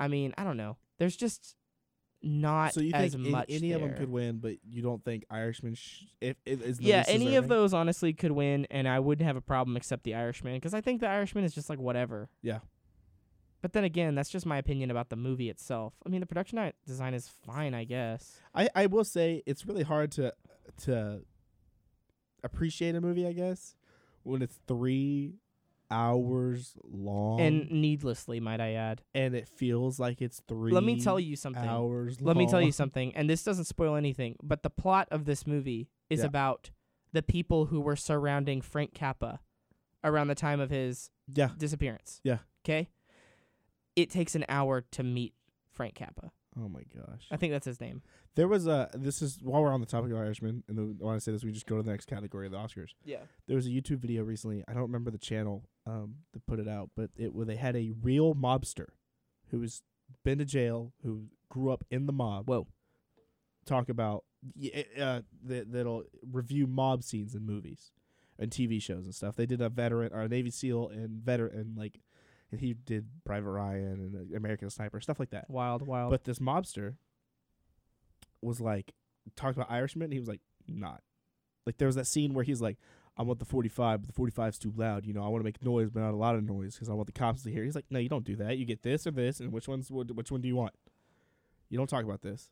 i mean i don't know there's just not so you as think any, much any of them there. could win, but you don't think Irishman sh- if it is the yeah least any of deserving? those honestly could win and i wouldn't have a problem except the irishman because i think the irishman is just like whatever Yeah. but then again that's just my opinion about the movie itself i mean the production i- design is fine i guess I, I will say it's really hard to to appreciate a movie, I guess, when it's three hours long and needlessly might i add and it feels like it's three. let me tell you something Hours. Let me tell long. you something, and this doesn't spoil anything, but the plot of this movie is Yeah. about the people who were surrounding Frank Cappa around the time of his Yeah. disappearance. Yeah. Okay? It takes an hour to meet Frank Cappa. Oh my gosh. I think that's his name. There was a. This is while we're on the topic of Irishman, and the, I want to say this. We just go to the next category of the Oscars. Yeah. There was a YouTube video recently. I don't remember the channel um, that put it out, but it where they had a real mobster who was been to jail, who grew up in the mob. Whoa. Talk about y- uh, that that'll review mob scenes in movies and TV shows and stuff. They did a veteran or a Navy SEAL and veteran and like, and he did Private Ryan and uh, American Sniper stuff like that. Wild, wild. But this mobster was like talked about Irishman. And he was like not like there was that scene where he's like, I want the forty five, but the forty five's too loud. You know, I want to make noise, but not a lot of noise because I want the cops to hear. He's like, no, you don't do that. You get this or this, and which one's what, which one do you want? You don't talk about this.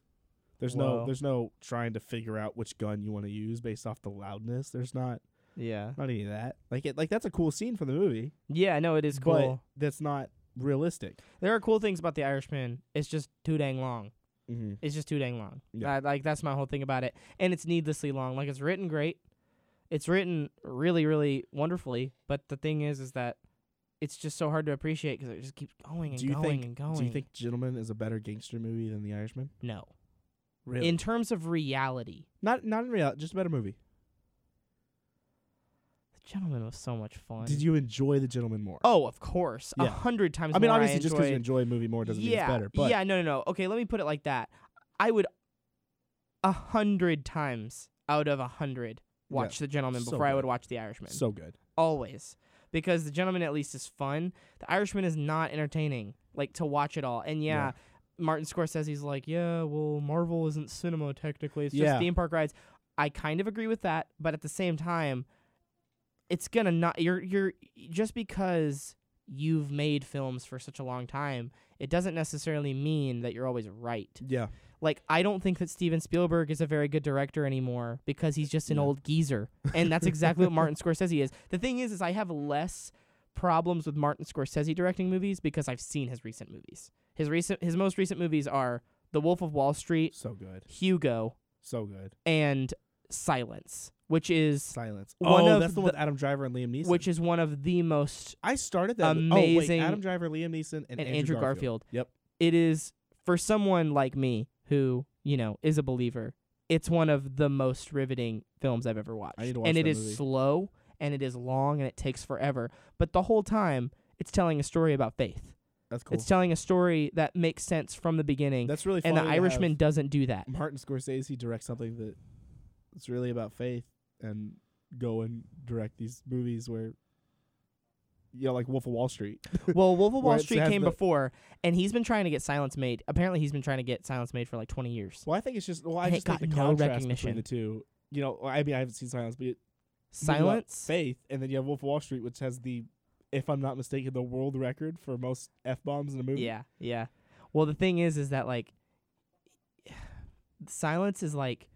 There's Wow. no there's no trying to figure out which gun you want to use based off the loudness. There's not yeah. not any of that. Like it like that's a cool scene from the movie, Yeah, no, it is cool. but that's not realistic. there are cool things about the Irishman. It's just too dang long. Mm-hmm. It's just too dang long. Yeah. I- like that's my whole thing about it, and it's needlessly long. Like it's written great, it's written really, really wonderfully. But the thing is, is that it's just so hard to appreciate because it just keeps going and Do you going think- and going. Do you think Gentleman is a better gangster movie than The Irishman? No. Really? In terms of reality, not not in reality, just a better movie. the gentleman was so much fun. Did you enjoy The Gentleman more? Oh, of course, a Yeah. hundred times. I mean, more obviously, just because you enjoyed- enjoy a movie more doesn't yeah, mean it's better. But yeah, no, no, no. Okay, let me put it like that. I would a hundred times out of a hundred Yeah. watch the gentleman So before I would good. watch the Irishman. so good. always because the gentleman at least is fun the irishman is not entertaining like to watch it all and yeah, Yeah. martin scorsese's like yeah well marvel isn't cinema technically it's just Yeah. theme park rides i kind of agree with that but at the same time it's gonna not you're you're just because you've made films for such a long time it doesn't necessarily mean that you're always right Yeah, like i don't think that steven spielberg is a very good director anymore because he's just an Yeah. old geezer and that's exactly what martin scorsese is the thing is is i have less problems with martin scorsese directing movies because i've seen his recent movies his recent his most recent movies are the wolf of wall street so good, hugo so good. and silence which is Silence. One oh, of that's the, one the- with Adam Driver and Liam Neeson. which is one of the most I started that. with- Oh wait, amazing- Adam Driver, Liam Neeson, and, and, andrew, garfield. Yep. it is for someone like me who you know is a believer it's one of the most riveting films i've ever watched I need to watch and it that is movie. slow and it is long and it takes forever but the whole time it's telling a story about faith That's cool. it's telling a story that makes sense from the beginning that's really funny and the to have irishman doesn't do that Martin Scorsese directs something that it's really about faith and go and direct these movies where you know, like Wolf of Wall Street. well wolf of Where wall it's- street has came the- before and he's been trying to get silence made apparently he's been trying to get silence made for like 20 years Well, I think it's just well, I And it just think got the no contrast recognition. between the two. You know, I mean, I haven't seen Silence, but you got silence Faith, and then you have Wolf of Wall Street, which has the, if I'm not mistaken, the world record for most f bombs in a movie. Yeah, yeah. Well, the thing is, is that like silence is like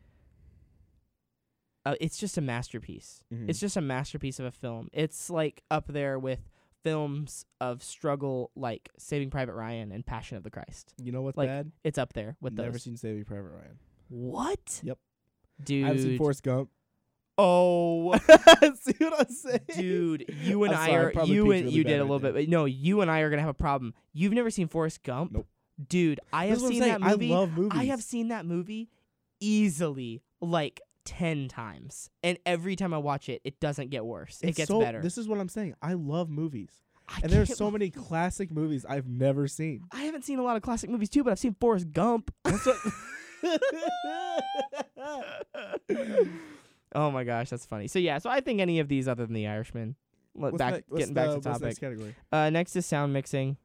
uh, it's just a masterpiece. Mhm. It's just a masterpiece of a film. It's like up there with films of struggle, like Saving Private Ryan and Passion of the Christ. you know what's like, bad? It's up there with Never those. seen Saving Private Ryan. what? Yep. Dude. I haven't seen Forrest Gump. Oh, See what I'm saying? dude, you and I'm I sorry, I are probably you peaked and really you bad did a right little there. bit, but no, you and I are gonna have a problem. You've never seen Forrest Gump. Nope. Dude, I This have is what I'm seen saying. that movie. I love movies. I have seen that movie easily like 10 times. And every time I watch it, it doesn't get worse. it It's gets so- better. This is what I'm saying. I love movies, I and there's can't so wa- many classic movies I've never seen. I haven't seen a lot of classic movies too, but I've seen Forrest Gump. That's what. oh my gosh, that's funny. So yeah, so I think any of these other than The Irishman. Let- What's back ne- what's getting back the- to what's the topic. next category. Uh, next is sound mixing.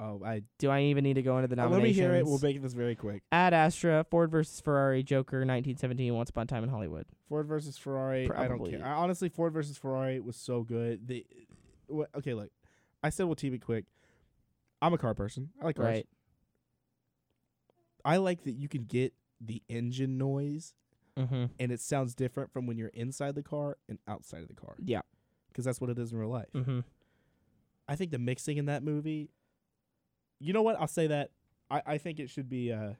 Oh, I Do I even need to go into the well, nominations? let me hear it. We'll make this very quick. Ad Astra, Ford versus Ferrari, Joker, 1917, Once Upon a Time in Hollywood. Ford versus Ferrari. I don't Probably. care. I, honestly, Ford versus Ferrari was so good. The wha- okay, look, I said we'll keep it quick. I'm a car person. I like cars. Right. I like that you can get the engine noise Mm-hmm. and it sounds different from when you're inside the car and outside of the car. Yeah. because that's what it is in real life. Mm-hmm. I think the mixing in that movie. You know what? I'll say that. I, I think it should be uh,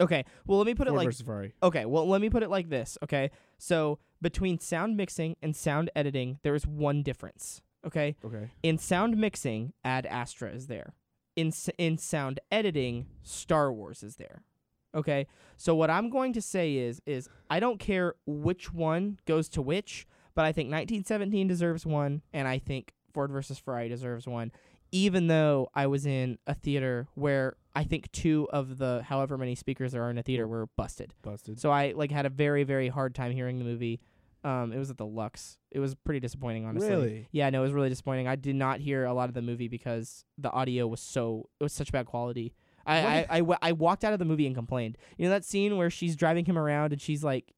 Okay. Well, let me put Ford it like versus Ferrari. Okay, well, let me put it like this, okay? So, between sound mixing and sound editing, there is one difference, okay? Okay. In sound mixing, Ad Astra is there. In s- in sound editing, Star Wars is there. Okay? So what I'm going to say is is I don't care which one goes to which, but I think 1917 deserves one and I think Ford versus Ferrari deserves one, even though I was in a theater where I think two of the however many speakers there are in a theater were busted. Busted. So I like had a very very hard time hearing the movie. Um, it was at the Lux. It was pretty disappointing, honestly. Really? Yeah, no, it was really disappointing. I did not hear a lot of the movie because the audio was so it was such bad quality. I What? I, I, wa- I walked out of the movie and complained. You know that scene where she's driving him around and she's like,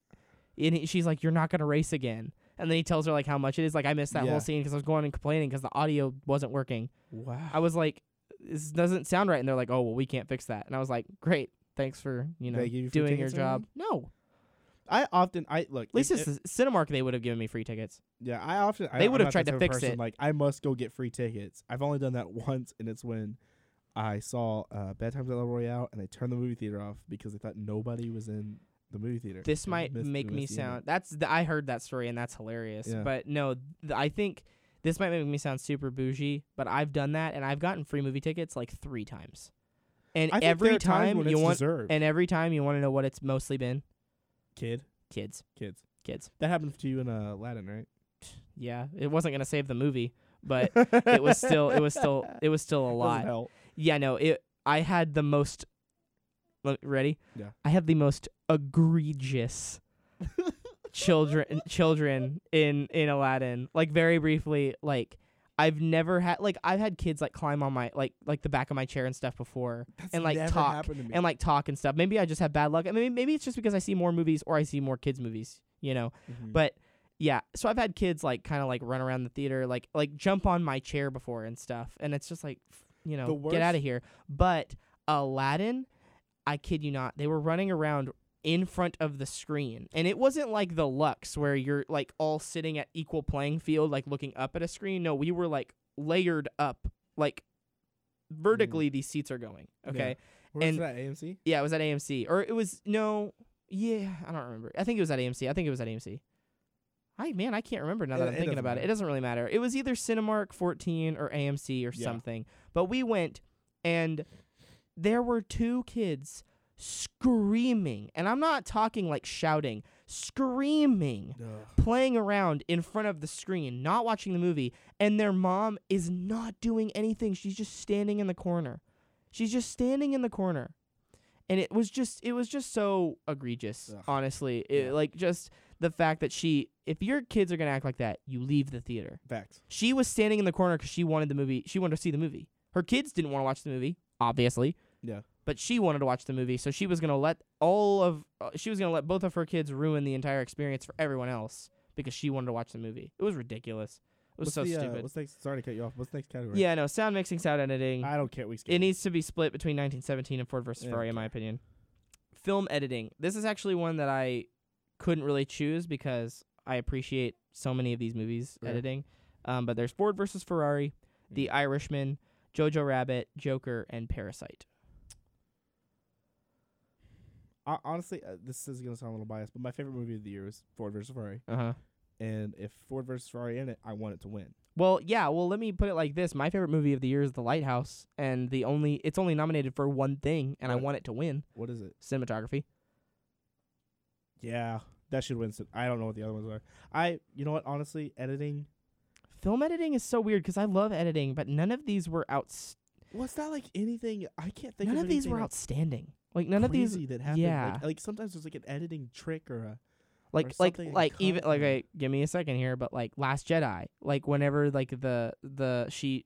and he- she's like, "You're not gonna race again." And then he tells her like how much it is. Like I missed that Yeah. whole scene because I was going and complaining because the audio wasn't working. Wow. I was like, "This doesn't sound right," and they're like, "Oh well, we can't fix that." And I was like, "Great, thanks for you know They give you free doing your tickets or job." No, I often I look. at least it- it's the Cinemark. They would have given me free tickets. Yeah, I often I, They I'm would've not the tried to type of fix person, it. Like I must go get free tickets. I've only done that once, and it's when I saw uh, Bad Times at El Royale, and I turned the movie theater off because I thought nobody was in the movie theater. This I might missed- make me missed the sound. end. That's the, I heard that story and that's hilarious. Yeah. But no, th- I think this might make me sound super bougie. But I've done that and I've gotten free movie tickets like three times, and I think there every are times time when you it's want, deserved. and every time you want to know what it's mostly been kid, kids, kids. kids. That happened to you in uh, Aladdin, right? Yeah, it wasn't gonna save the movie, but it was still it was still it was still a Doesn't lot. help. Yeah, no, it. I had the most. Look, ready? Yeah. I had the most egregious children children in in Aladdin. Like very briefly, like I've never had like I've had kids like climb on my like like the back of my chair and stuff before, That's and, like, never talk, happened to me. and like talk and stuff. Maybe I just have bad luck. I mean, maybe it's just because I see more movies or I see more kids movies. You know, Mhm. but yeah, so I've had kids like kind of like run around the theater, like like jump on my chair before and stuff, and it's just like, f- you know, The get out of worst- here. But Aladdin, I kid you not, they were running around in front of the screen, and it wasn't like the Lux where you're like all sitting at equal playing field, like looking up at a screen. No, we were like layered up, like vertically. Mm. These seats are going okay. Where was and- that AMC? Yeah, it was at AMC. Or it was no yeah, I don't remember. I think it was at AMC. I think it was at AMC. I man, I can't remember now that It- I'm it thinking doesn't about it. It matter. doesn't really matter. It was either Cinemark 14 or AMC or Yeah. something. But we went and there were two kids screaming. And I'm not talking like shouting, screaming playing around in front of the screen, not watching the movie, and their mom is not doing anything. She's just standing in the corner. She's just standing in the corner. And it was just it was just so egregious, Ugh. honestly. It, Yeah. like just the fact that she if your kids are going to act like that, you leave the theater. Facts. She was standing in the corner cuz she wanted the movie. She wanted to see the movie. Her kids didn't want to watch the movie, obviously. Yeah. But she wanted to watch the movie, so she was going to let all of uh, she was going to let both of her kids ruin the entire experience for everyone else because she wanted to watch the movie. It was ridiculous. It was what's so the, uh, stupid. what's next? Sorry to cut you off. What's next category? yeah, no, sound mixing, sound editing. I don't care. We skip. It needs to be split between 1917 and Ford versus Yeah, Ferrari, in my opinion. Film editing. This is actually one that I couldn't really choose because I appreciate so many of these movies Okay. editing. Um, but there's Ford versus Ferrari, The Irishman, Jojo Rabbit, Joker, and Parasite. Hon- honestly, uh, this is gonna sound a little biased, but my favorite movie of the year was Ford versus Ferrari. Uh huh. and if Ford versus Ferrari in it, I want it to win. Well, yeah. Well, let me put it like this: my favorite movie of the year is The Lighthouse, and the only it's only nominated for one thing, and I Right. want it to win What is it? cinematography. Yeah, that should win. Some, I don't know what the other ones are. I, you know what? Honestly, editing. Film editing is so weird because I love editing, but none of these were out. Was that like anything? I can't think. None of, of these anything were that's outstanding. Like none of these crazy that happened. yeah. Like, like sometimes there's like an editing trick or a. like or like something like even like incompetent. okay, give me a second here, but like Last Jedi, like whenever like the the she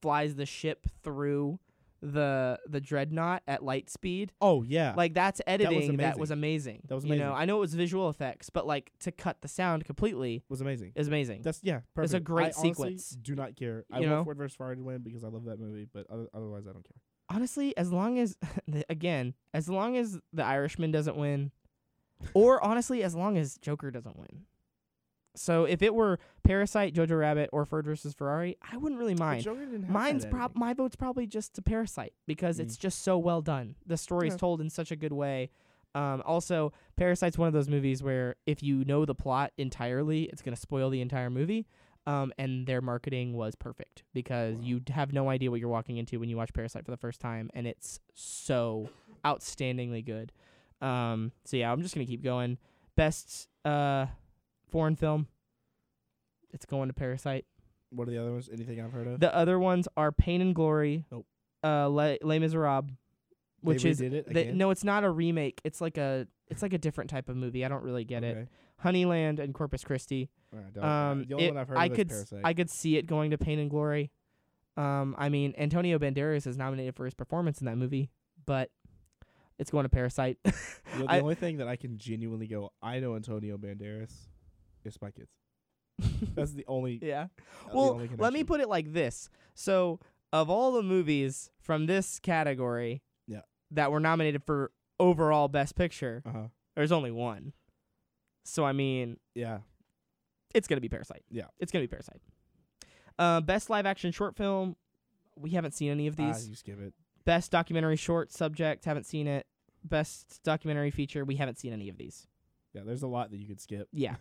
flies the ship through the the dreadnought at light speed, Oh yeah. like that's editing that was amazing. That was You know, amazing. I know it was visual effects, but like to cut the sound completely was amazing. is amazing. That's yeah, perfect. It's a great I honestly sequence. Do not care. I You know? want Ford versus Ferrari to win because I love that movie, but other, otherwise I don't care. Honestly, as long as again, as long as the Irishman doesn't win, or honestly, as long as Joker doesn't win. So if it were Parasite, Jojo Rabbit, or Ford versus Ferrari, I wouldn't really But mind. Joker didn't Mm. have that Mine's prob editing. my vote's probably just to Parasite because it's just so well done. The story's Yeah. told in such a good way. Um, also, Parasite's one of those movies where if you know the plot entirely, it's gonna spoil the entire movie. Um, and their marketing was perfect because Wow. you d- have no idea what you're walking into when you watch Parasite for the first time, and it's so outstandingly good. Um, so yeah, I'm just gonna keep going. Best uh, foreign film. It's going to Parasite. What are the other ones? Anything I've heard of? The other ones are Pain and Glory. Nope. Uh, Les, Les Miserables, which they is did it they- again? no, it's not a remake. It's like a it's like a different type of movie. I don't really get it. Okay. Honeyland and Corpus Christi. All right, don't- Um, the only it- one I've heard I of could is s- Parasite. I could see it going to Pain and Glory. Um, I mean Antonio Banderas is nominated for his performance in that movie, but it's going to Parasite. You know, the I- only thing that I can genuinely go, I know Antonio Banderas, is Spy Kids. That's the only. yeah. uh, the Well, only let me connection. put it like this. So, of all the movies from this category Yeah. that were nominated for overall best picture, Uh-huh. there's only one. So, I mean, Yeah, it's going to be Parasite. Yeah. It's going to be Parasite. Uh, best live action short film, we haven't seen any of ah, these. you skip it. best documentary short subject, haven't seen it. Best documentary feature, we haven't seen any of these. Yeah, there's a lot that you could skip. Yeah.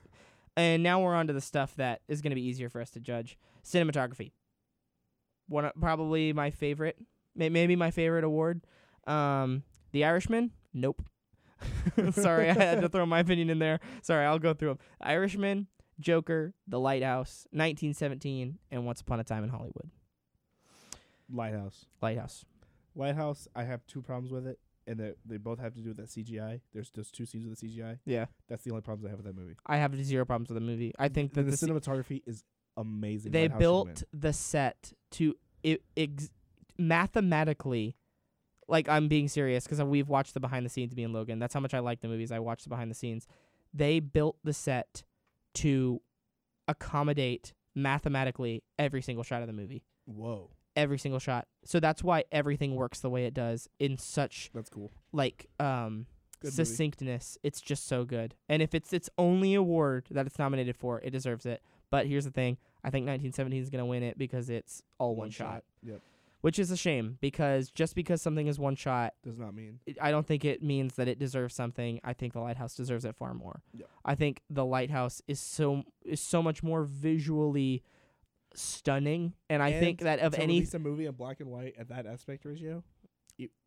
and now we're on to the stuff that is going to be easier for us to judge cinematography one of, probably my favorite may, maybe my favorite award um the irishman nope sorry i had to throw my opinion in there sorry i'll go through them irishman joker the lighthouse 1917 and once upon a time in hollywood Lighthouse. lighthouse Lighthouse. I have two problems with it, and they they both have to do with that CGI. There's just two scenes with the CGI. yeah That's the only problems I have with that movie. i have zero problems with the movie i think that the, the, cinematography is amazing. they Lighthouse should win. built the set to i ex- mathematically like i'm being serious because we've watched the behind the scenes me and logan that's how much i like the movies i watched the behind the scenes they built the set to accommodate mathematically every single shot of the movie Whoa, every single shot so that's why everything works the way it does in such that's cool. like um Good movie. succinctness it's just so good and if it's its only award that it's nominated for it deserves it but here's the thing i think 1917 is going to win it because it's all one, shot, Yep. which is a shame because just because something is one shot Does not mean. it- I don't think it means that it deserves something. I think the lighthouse deserves it far more. Yeah. I think the lighthouse is so is so much more visually stunning, and I think And that of to any, release a movie in black and white at that aspect ratio,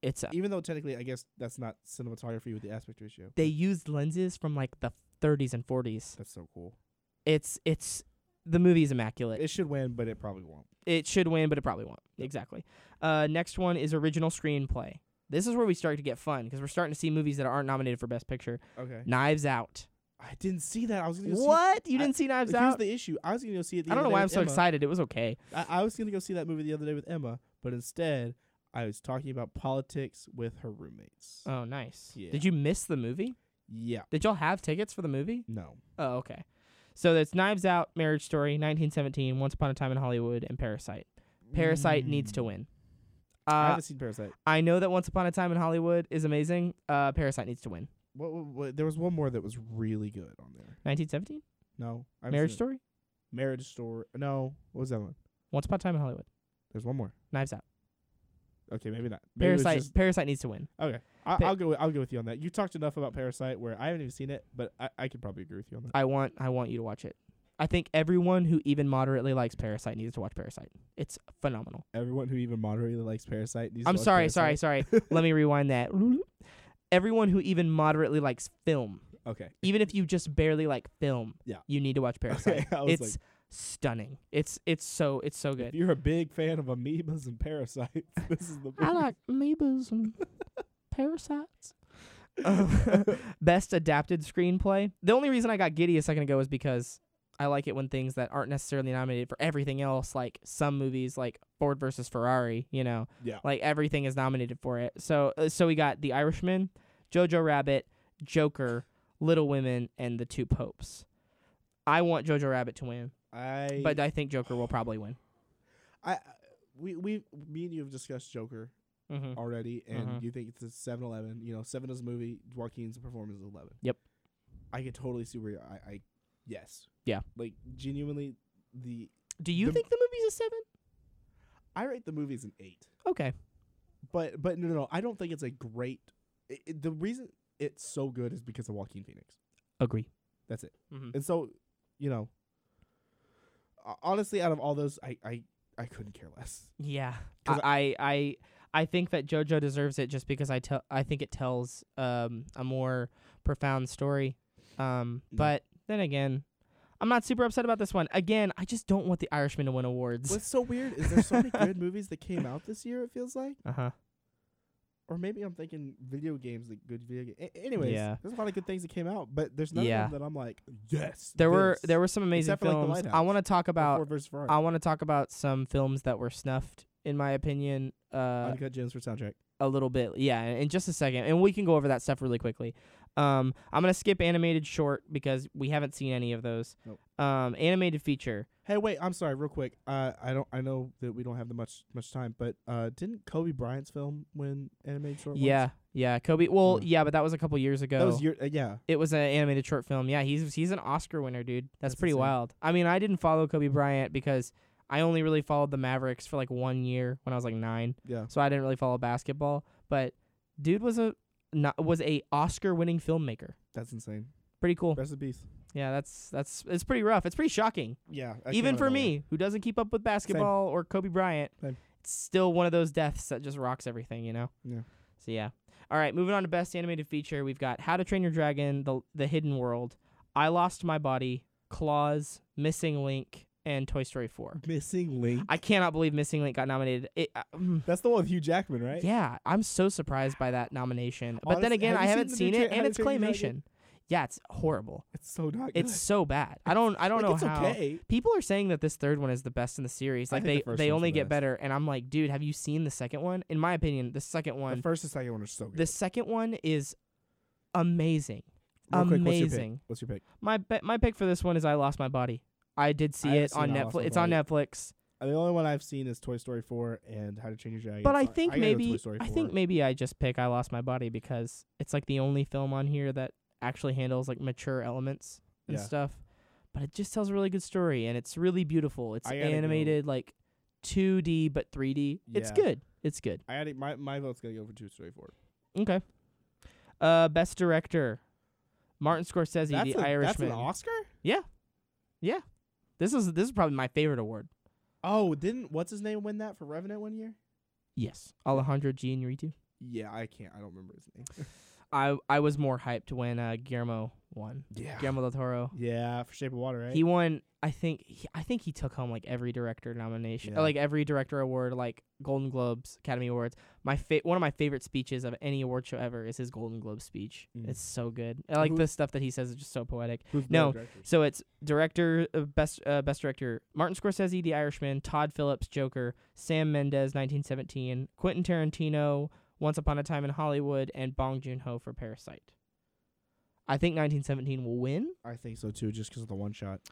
it's even though technically I guess that's not cinematography with the aspect ratio. they used lenses from like the 30s and 40s. That's so cool. It's it's the movie is immaculate. It should win, but it probably won't. it should win, but it probably won't. Exactly. Uh, next one is original screenplay. This is where we start to get fun because we're starting to see movies that aren't nominated for Best Picture. Okay. Knives Out. I didn't see that. I was gonna go What? You I- didn't see See, Knives here's Out? the issue. I was gonna go see it. The I don't know other why day I'm with so Emma. excited. It was okay. I, I was gonna go see that movie the other day with Emma, but instead I was talking about politics with her roommates. Oh, nice. Yeah. Did you miss the movie? yeah. Did y'all have tickets for the movie? No. Oh, okay. So that's Knives Out, Marriage Story, 1917, Once Upon a Time in Hollywood, and Parasite. Parasite needs to Mm. win. I Uh, haven't seen Parasite. I know that Once Upon a Time in Hollywood is amazing. Uh, Parasite needs to win. What, what, what- There was one more that was really good on there. 1917? No. I haven't Marriage seen it. Story? Marriage Story. No. What was that one? Once Upon a Time in Hollywood. There's one more. Knives Out. Okay, maybe not. Maybe it was Parasite. just- Parasite needs to win. okay. I, Pick. I'll go. I'll go with you on that. You talked enough about Parasite where I haven't even seen it, but I, I could probably agree with you on that. I want I want you to watch it. I think everyone who even moderately likes Parasite needs to watch Parasite. It's phenomenal. Everyone who even moderately likes Parasite. Needs to I'm watch sorry, sorry, Parasite. sorry. Let me rewind that. Everyone who even moderately likes film, Okay. even if you just barely like film, Yeah. you need to watch Parasite. I was it's like, stunning. It's it's so it's so If good. you're a big fan of amoebas and parasites, this is the I like amoebas and parasites. Um, best adapted screenplay. The only reason I got giddy a second ago is because I like it when things that aren't necessarily nominated for everything else, like some movies, like Ford versus Ferrari. You know, Yeah. like everything is nominated for it. So uh, so we got The Irishman, Jojo Rabbit, Joker, Little Women, and The Two Popes. I want Jojo Rabbit to win, I but I think Joker will probably win. I we we me and you have discussed Joker Mm-hmm. already, and Mhm. you think it's a seven eleven. You know, seven is a movie. Joaquin's performance is eleven. Yep. I could totally see where you're, I, I yes Yeah. like genuinely the Do you The- think the movie's a seven? I rate the movie as an eight, Okay. but but no no, no I don't think it's a great. It, it- the reason it's so good is because of Joaquin Phoenix. Agree. That's it. Mm-hmm. And so, you know, ho- honestly, out of all those, I I, I couldn't care less. Yeah, 'Cause I, I I I think that JoJo deserves it just because I tell I think it tells um a more profound story. Um, Yeah. but then again, I'm not super upset about this one. Again, I just don't want The Irishman to win awards. What's so weird is there's so many good movies that came out this year. It feels like, Uh huh. or maybe I'm thinking video games, like good video games. anyways, Yeah. there's a lot of good things that came out, but there's none Yeah. of them that I'm like, yes. There were this, there were some amazing Except for, like, The films. I Lighthouse want to talk or about Ford versus Ferrari. I want to talk about some films that were snuffed in my opinion. Uh, Uncut Gems for soundtrack. a little bit yeah in in just a second and we can go over that stuff really quickly um i'm gonna skip animated short because we haven't seen any of those Nope. um animated feature Hey, wait, I'm sorry, real quick. Uh, I don't, I know that we don't have the much much time, but uh, didn't Kobe Bryant's film win animated short? once? yeah yeah kobe well Mm. yeah but that was a couple years ago that was your uh, yeah. it was an animated short film yeah he's he's an oscar winner dude That's that's, pretty insane. wild i mean i didn't follow kobe bryant because i only really followed the mavericks for like one year when i was like nine Yeah. so i didn't really follow basketball but dude was a not, was a oscar winning filmmaker That's insane. pretty cool Rest in peace. yeah that's that's it's pretty rough it's pretty shocking Yeah. that came out even of for nowhere. me, who doesn't keep up with basketball or Kobe Bryant, Same. it's still one of those deaths that just rocks everything, you know. Yeah. So yeah. All right, moving on to best animated feature, we've got How to Train Your Dragon, The The Hidden World, I Lost My Body, Claws, Missing Link, and Toy Story 4. Missing Link. I cannot believe Missing Link got nominated. It, uh, mm, That's the one with Hugh Jackman, right? Yeah, I'm so surprised by that nomination. But then Honestly, again, have I you haven't seen the seen new it, Tra- and How to it's Train Your claymation. Dragon? Yeah, it's horrible. It's so not good. It's so bad. I don't. I don't like, know it's how. okay. People are saying that this third one is the best in the series. I Like think they the first they one's only the get best. better, and I'm like, dude, have you seen the second one? In my opinion, the second The one, first and second one are so good. the second one is amazing. Real quick, amazing. What's your pick? What's your pick? My be- my pick for this one is I Lost My Body. I did see I haven't it on seen I Lost Netflix. My It's on Body. Netflix, Uh, the only one I've seen is Toy Story 4 and How to Train Your Dragon. but I so think gotta go Toy maybe Story I 4. think maybe I just pick I Lost My Body because it's like the only film on here that actually handles like mature elements and Yeah. stuff. But it just tells a really good story, and it's really beautiful. It's I gotta go. animated like 2D but 3D. It's Yeah. good. It's good. I gotta, my my vote's gonna go for Toy Story 4. Okay. Uh, best director, Martin Scorsese, That's, The a, Irishman. that's an Oscar. This is this is probably my favorite award. Oh, didn't what's his name win that for Revenant one year? Yes, Alejandro Gianritu. Yeah, I can't. I don't remember his name. I I was more hyped when uh, Guillermo won. yeah. Guillermo del Toro. Yeah, for Shape of Water, right? He won. I think he, I think he took home like every director nomination, Yeah. like every director award, like Golden Globes, Academy Awards. My fa- one of my favorite speeches of any award show ever is his Golden Globe speech. Mm. It's so good. I like Who- the stuff that he says is just so poetic. Who's the no. director? So it's director uh, best uh, best director Martin Scorsese, The Irishman, Todd Phillips, Joker, Sam Mendes, 1917, Quentin Tarantino, Once Upon a Time in Hollywood, and Bong Joon Ho for Parasite. I think 1917 will win, I think so too, just because of the one shot.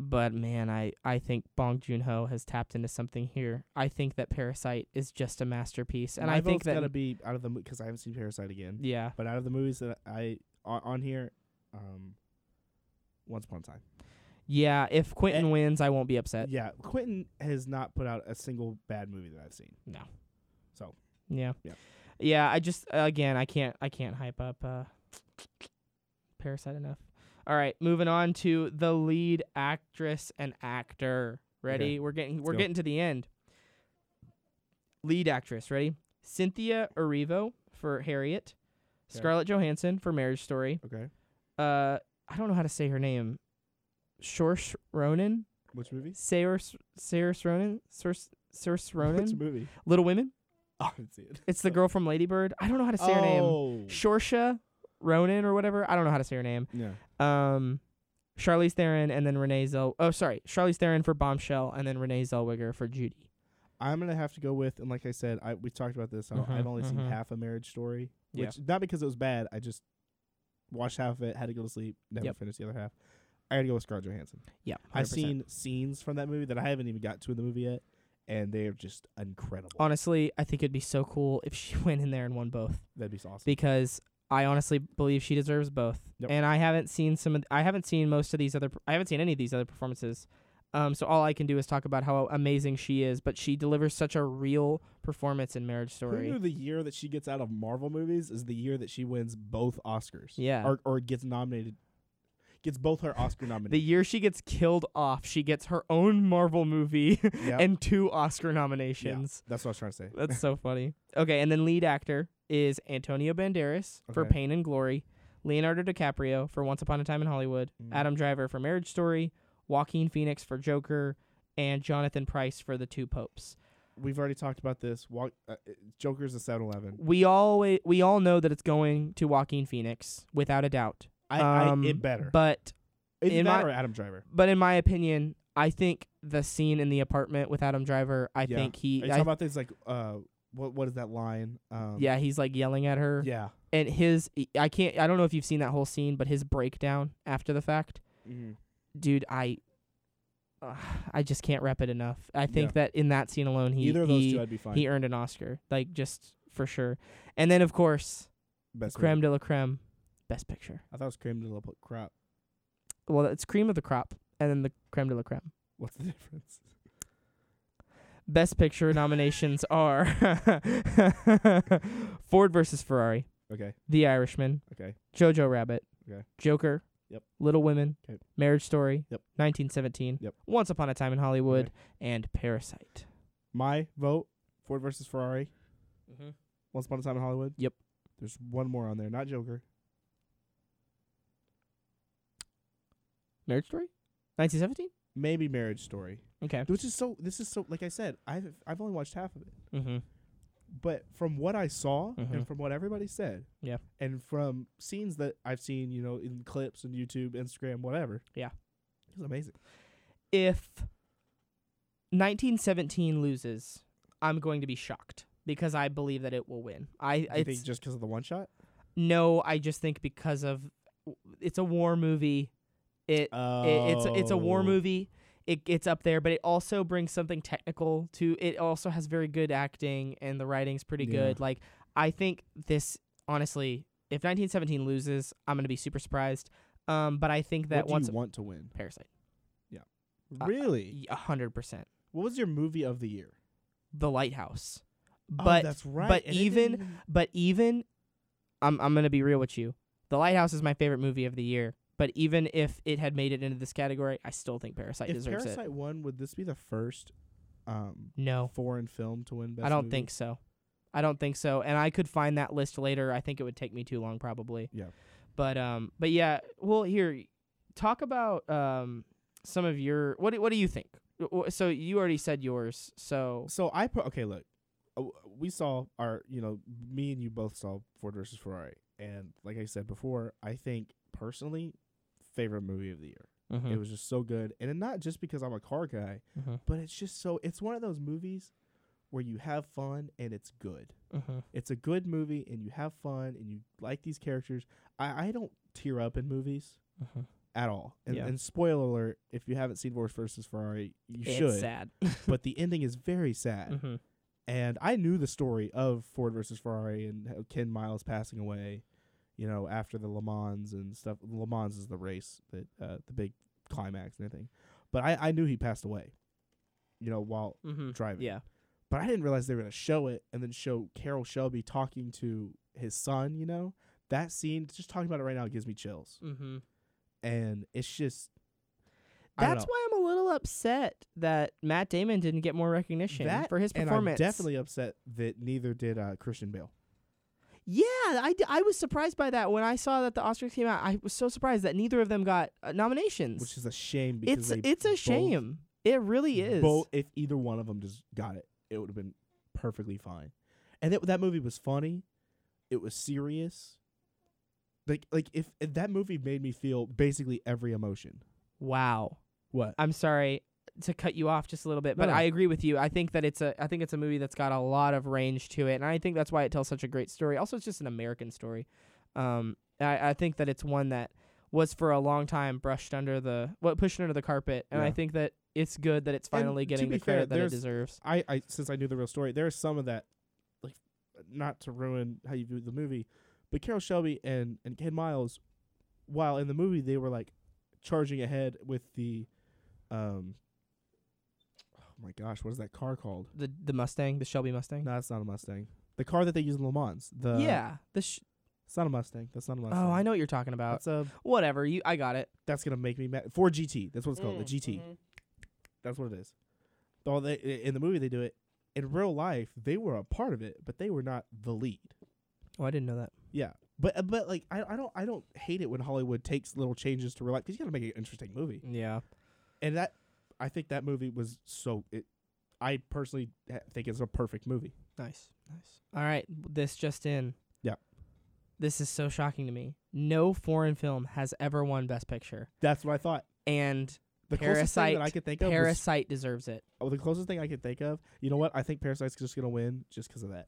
but man, I I think Bong Joon Ho has tapped into something here. I think that Parasite is just a masterpiece, and my I think vote's that gotta be out of the because I haven't seen Parasite again. yeah, But out of the movies that I on, on here, um, Once Upon a Time. yeah. If Quentin Eh. wins, I won't be upset. yeah, Quentin has not put out a single bad movie that I've seen. No. So Yeah. Yeah. yeah, I just again I can't I can't hype up uh, Parasite enough. All right, moving on to the lead actress and actor. Ready? Okay. We're getting we're go. getting to the end. Lead actress, ready? Cynthia Erivo for Harriet, Okay. Scarlett Johansson for Marriage Story. Okay. Uh, I don't know how to say her name. Shorsh Ronan, Which movie? Sarah Sarah Ronan, Saoirse Which Ronan, movie? Little Women. I didn't see it. It's the girl from Ladybird. I don't know how to say her name. oh. Shorsha Ronan or whatever. I don't know how to say her name. Yeah. Um, Charlize Theron and then Renee Zell. Oh, sorry, Charlize Theron for Bombshell and then Renee Zellweger for Judy. I'm gonna have to go with, and like I said, I we talked about this. how Mhm, I've only seen mhm. half a Marriage Story, Yeah. which not because it was bad. I just watched half of it, had to go to sleep, never Yep. finished the other half. I gotta go with Scarlett Johansson. Yeah, i have 100%. seen scenes from that movie that I haven't even got to in the movie yet, and they're just incredible. Honestly, I think it'd be so cool if she went in there and won both That'd be awesome. because I honestly believe she deserves both. Yep. And I haven't seen some. Of, I haven't seen most of these other. I haven't seen any of these other performances. Um, so all I can do is talk about how amazing she is, but she delivers such a real performance in Marriage Who Story. knew the year that she gets out of Marvel movies is the year that she wins both Oscars? Yeah. Or or gets nominated, gets both her Oscar The nominations. year she gets killed off, she gets her own Marvel movie Yep. and two Oscar nominations. That's what I was trying to say. That's so funny. Okay, and then lead actor is Antonio Banderas for Okay. Pain and Glory, Leonardo DiCaprio for Once Upon a Time in Hollywood, Mm. Adam Driver for Marriage Story, Joaquin Phoenix for Joker, and Jonathan Price for The Two Popes. We've already talked about this. Walk, uh, uh, Joker's a 7-Eleven. We all we all know that it's going to Joaquin Phoenix without a doubt. I, Um, I it better. But It's in that my- or Adam Driver. but in my opinion, I think the scene in the apartment with Adam Driver, I Yeah. think Are you he, I- talking about things like uh, what what is that line? Um, yeah, he's like yelling at her, yeah. and his, e, I can't, I don't know if you've seen that whole scene, but his breakdown after the fact, dude, I, uh, I just can't rep it enough. I think Yeah. that in that scene alone, he Either of those he, two, I'd be fine. he earned an Oscar, like just for sure. And then of course, Best movie. creme de la creme, best picture. I thought it was creme de la po- crop. Well, it's cream of the crop, and then the creme de la creme. What's the difference? Best Picture nominations are Ford versus Ferrari, Okay. The Irishman, Okay. Jojo Rabbit, Okay. Joker, Yep. Little Women, Okay. Marriage Story, Yep. 1917, Yep. Once Upon a Time in Hollywood, and Parasite. My vote: Ford versus Ferrari. Mm-hmm. Once upon a time in Hollywood. Yep. There's one more on there, not Joker. Marriage Story, 1917. Maybe Marriage Story, Okay. which is so. This is so. Like I said, I've I've only watched half of it, Mm-hmm. but from what I saw Mhm. and from what everybody said, Yeah. and from scenes that I've seen, you know, in clips and YouTube, Instagram, whatever. Yeah. it was amazing. If 1917 loses, I'm going to be shocked because I believe that it will win. I I it's, think just because of the one shot. no, I just think because of it's a war movie. It Oh. It, it's it's a war movie. It it's up there, but it also brings something technical to it. Also has very good acting and the writing's pretty Yeah. good. Like I think this honestly, if 1917 loses, I'm gonna be super surprised. Um, but I think that what once do you want to win? Parasite, Uh, Really? Y- a hundred percent, what was your movie of the year? The Lighthouse. Oh, But that's right. but and it didn't even- but even I'm I'm gonna be real with you. The Lighthouse is my favorite movie of the year. But even if it had made it into this category, I still think Parasite if deserves it. Parasite won, would this be the first um, No, foreign film to win? Best I don't Movie? think so. I don't think so. And I could find that list later. I think it would take me too long probably. Yeah. But um but yeah, well here talk about um some of your what do, what do you think? Wh- wh- So you already said yours. So So I put okay. Look, uh, w- we saw our you know me and you both saw Ford versus Ferrari, and like I said before, I think personally favorite movie of the year. Hmm. It was just so good, and then not just because I'm a car guy, but it's just so it's one of those movies where you have fun and it's good. It's a good movie, and you have fun, and you like these characters. I, I don't tear up in movies at all. And, Yeah. and spoiler alert: if you haven't seen Ford versus Ferrari, you It's should. sad. But the ending is very sad. hmm and I knew the story of Ford versus Ferrari and how Ken Miles passing away, you know, after the Le Mans and stuff. Le Mans is the race that uh, the big climax and everything. But I, I knew he passed away, you know, while hmm driving. Yeah. But I didn't realize they were gonna show it and then show Carol Shelby talking to his son. You know that scene. Just talking about it right now gives me chills, Mm-hmm. and it's just I don't That's know. why I'm a little upset that Matt Damon didn't get more recognition That for his and performance. I'm definitely upset that neither did uh, Christian Bale. Yeah, I, d- I was surprised by that when I saw that the Oscars came out. I was so surprised that neither of them got uh, nominations. which is a shame because it's they it's a both- shame. It really is. Both, if either one of them just got it, it would have been perfectly fine. And that that movie was funny. It was serious. Like like if, if that movie made me feel basically every emotion. Wow. What? I'm sorry to cut you off just a little bit, but No. I agree with you. I think that it's a I think it's a movie that's got a lot of range to it, and I think that's why it tells such a great story. Also, it's just an American story. Um, I, I think that it's one that was for a long time brushed under the what pushed under the carpet, and I Yeah. think that it's good that it's And finally to getting be the fair, credit that it there's- deserves. I, I since I knew the real story, there's some of that like not to ruin how you view the movie, but Carol Shelby and, and Ken Miles, while in the movie they were like charging ahead with the um Oh my gosh, what is that car called? The the Mustang, the Shelby Mustang. No, that's not a Mustang. The car that they use in Le Mans. The yeah. The sh- it's not a Mustang. That's not a Mustang. oh, I know what you're talking about. That's a Whatever you, I got it. that's gonna make me mad. Ford GT. That's what it's called. the GT. Mm-hmm. That's what it is. Though they i- in the movie they do it. In real life, they were a part of it, but they were not the lead. Oh, I didn't know that. Yeah, but uh, but like I, I don't I don't hate it when Hollywood takes little changes to real life because you gotta make an interesting movie. Yeah. And that I think that movie was so it. I personally ha- think it's a perfect movie. Nice, nice. All right, this just in. Yeah. This is so shocking to me. No foreign film has ever won Best Picture, That's what I thought. and The closest thing Parasite- that I could think of was Parasite deserves it. Oh, the closest thing I could think of, you know what? I think Parasite's just gonna win just because of that.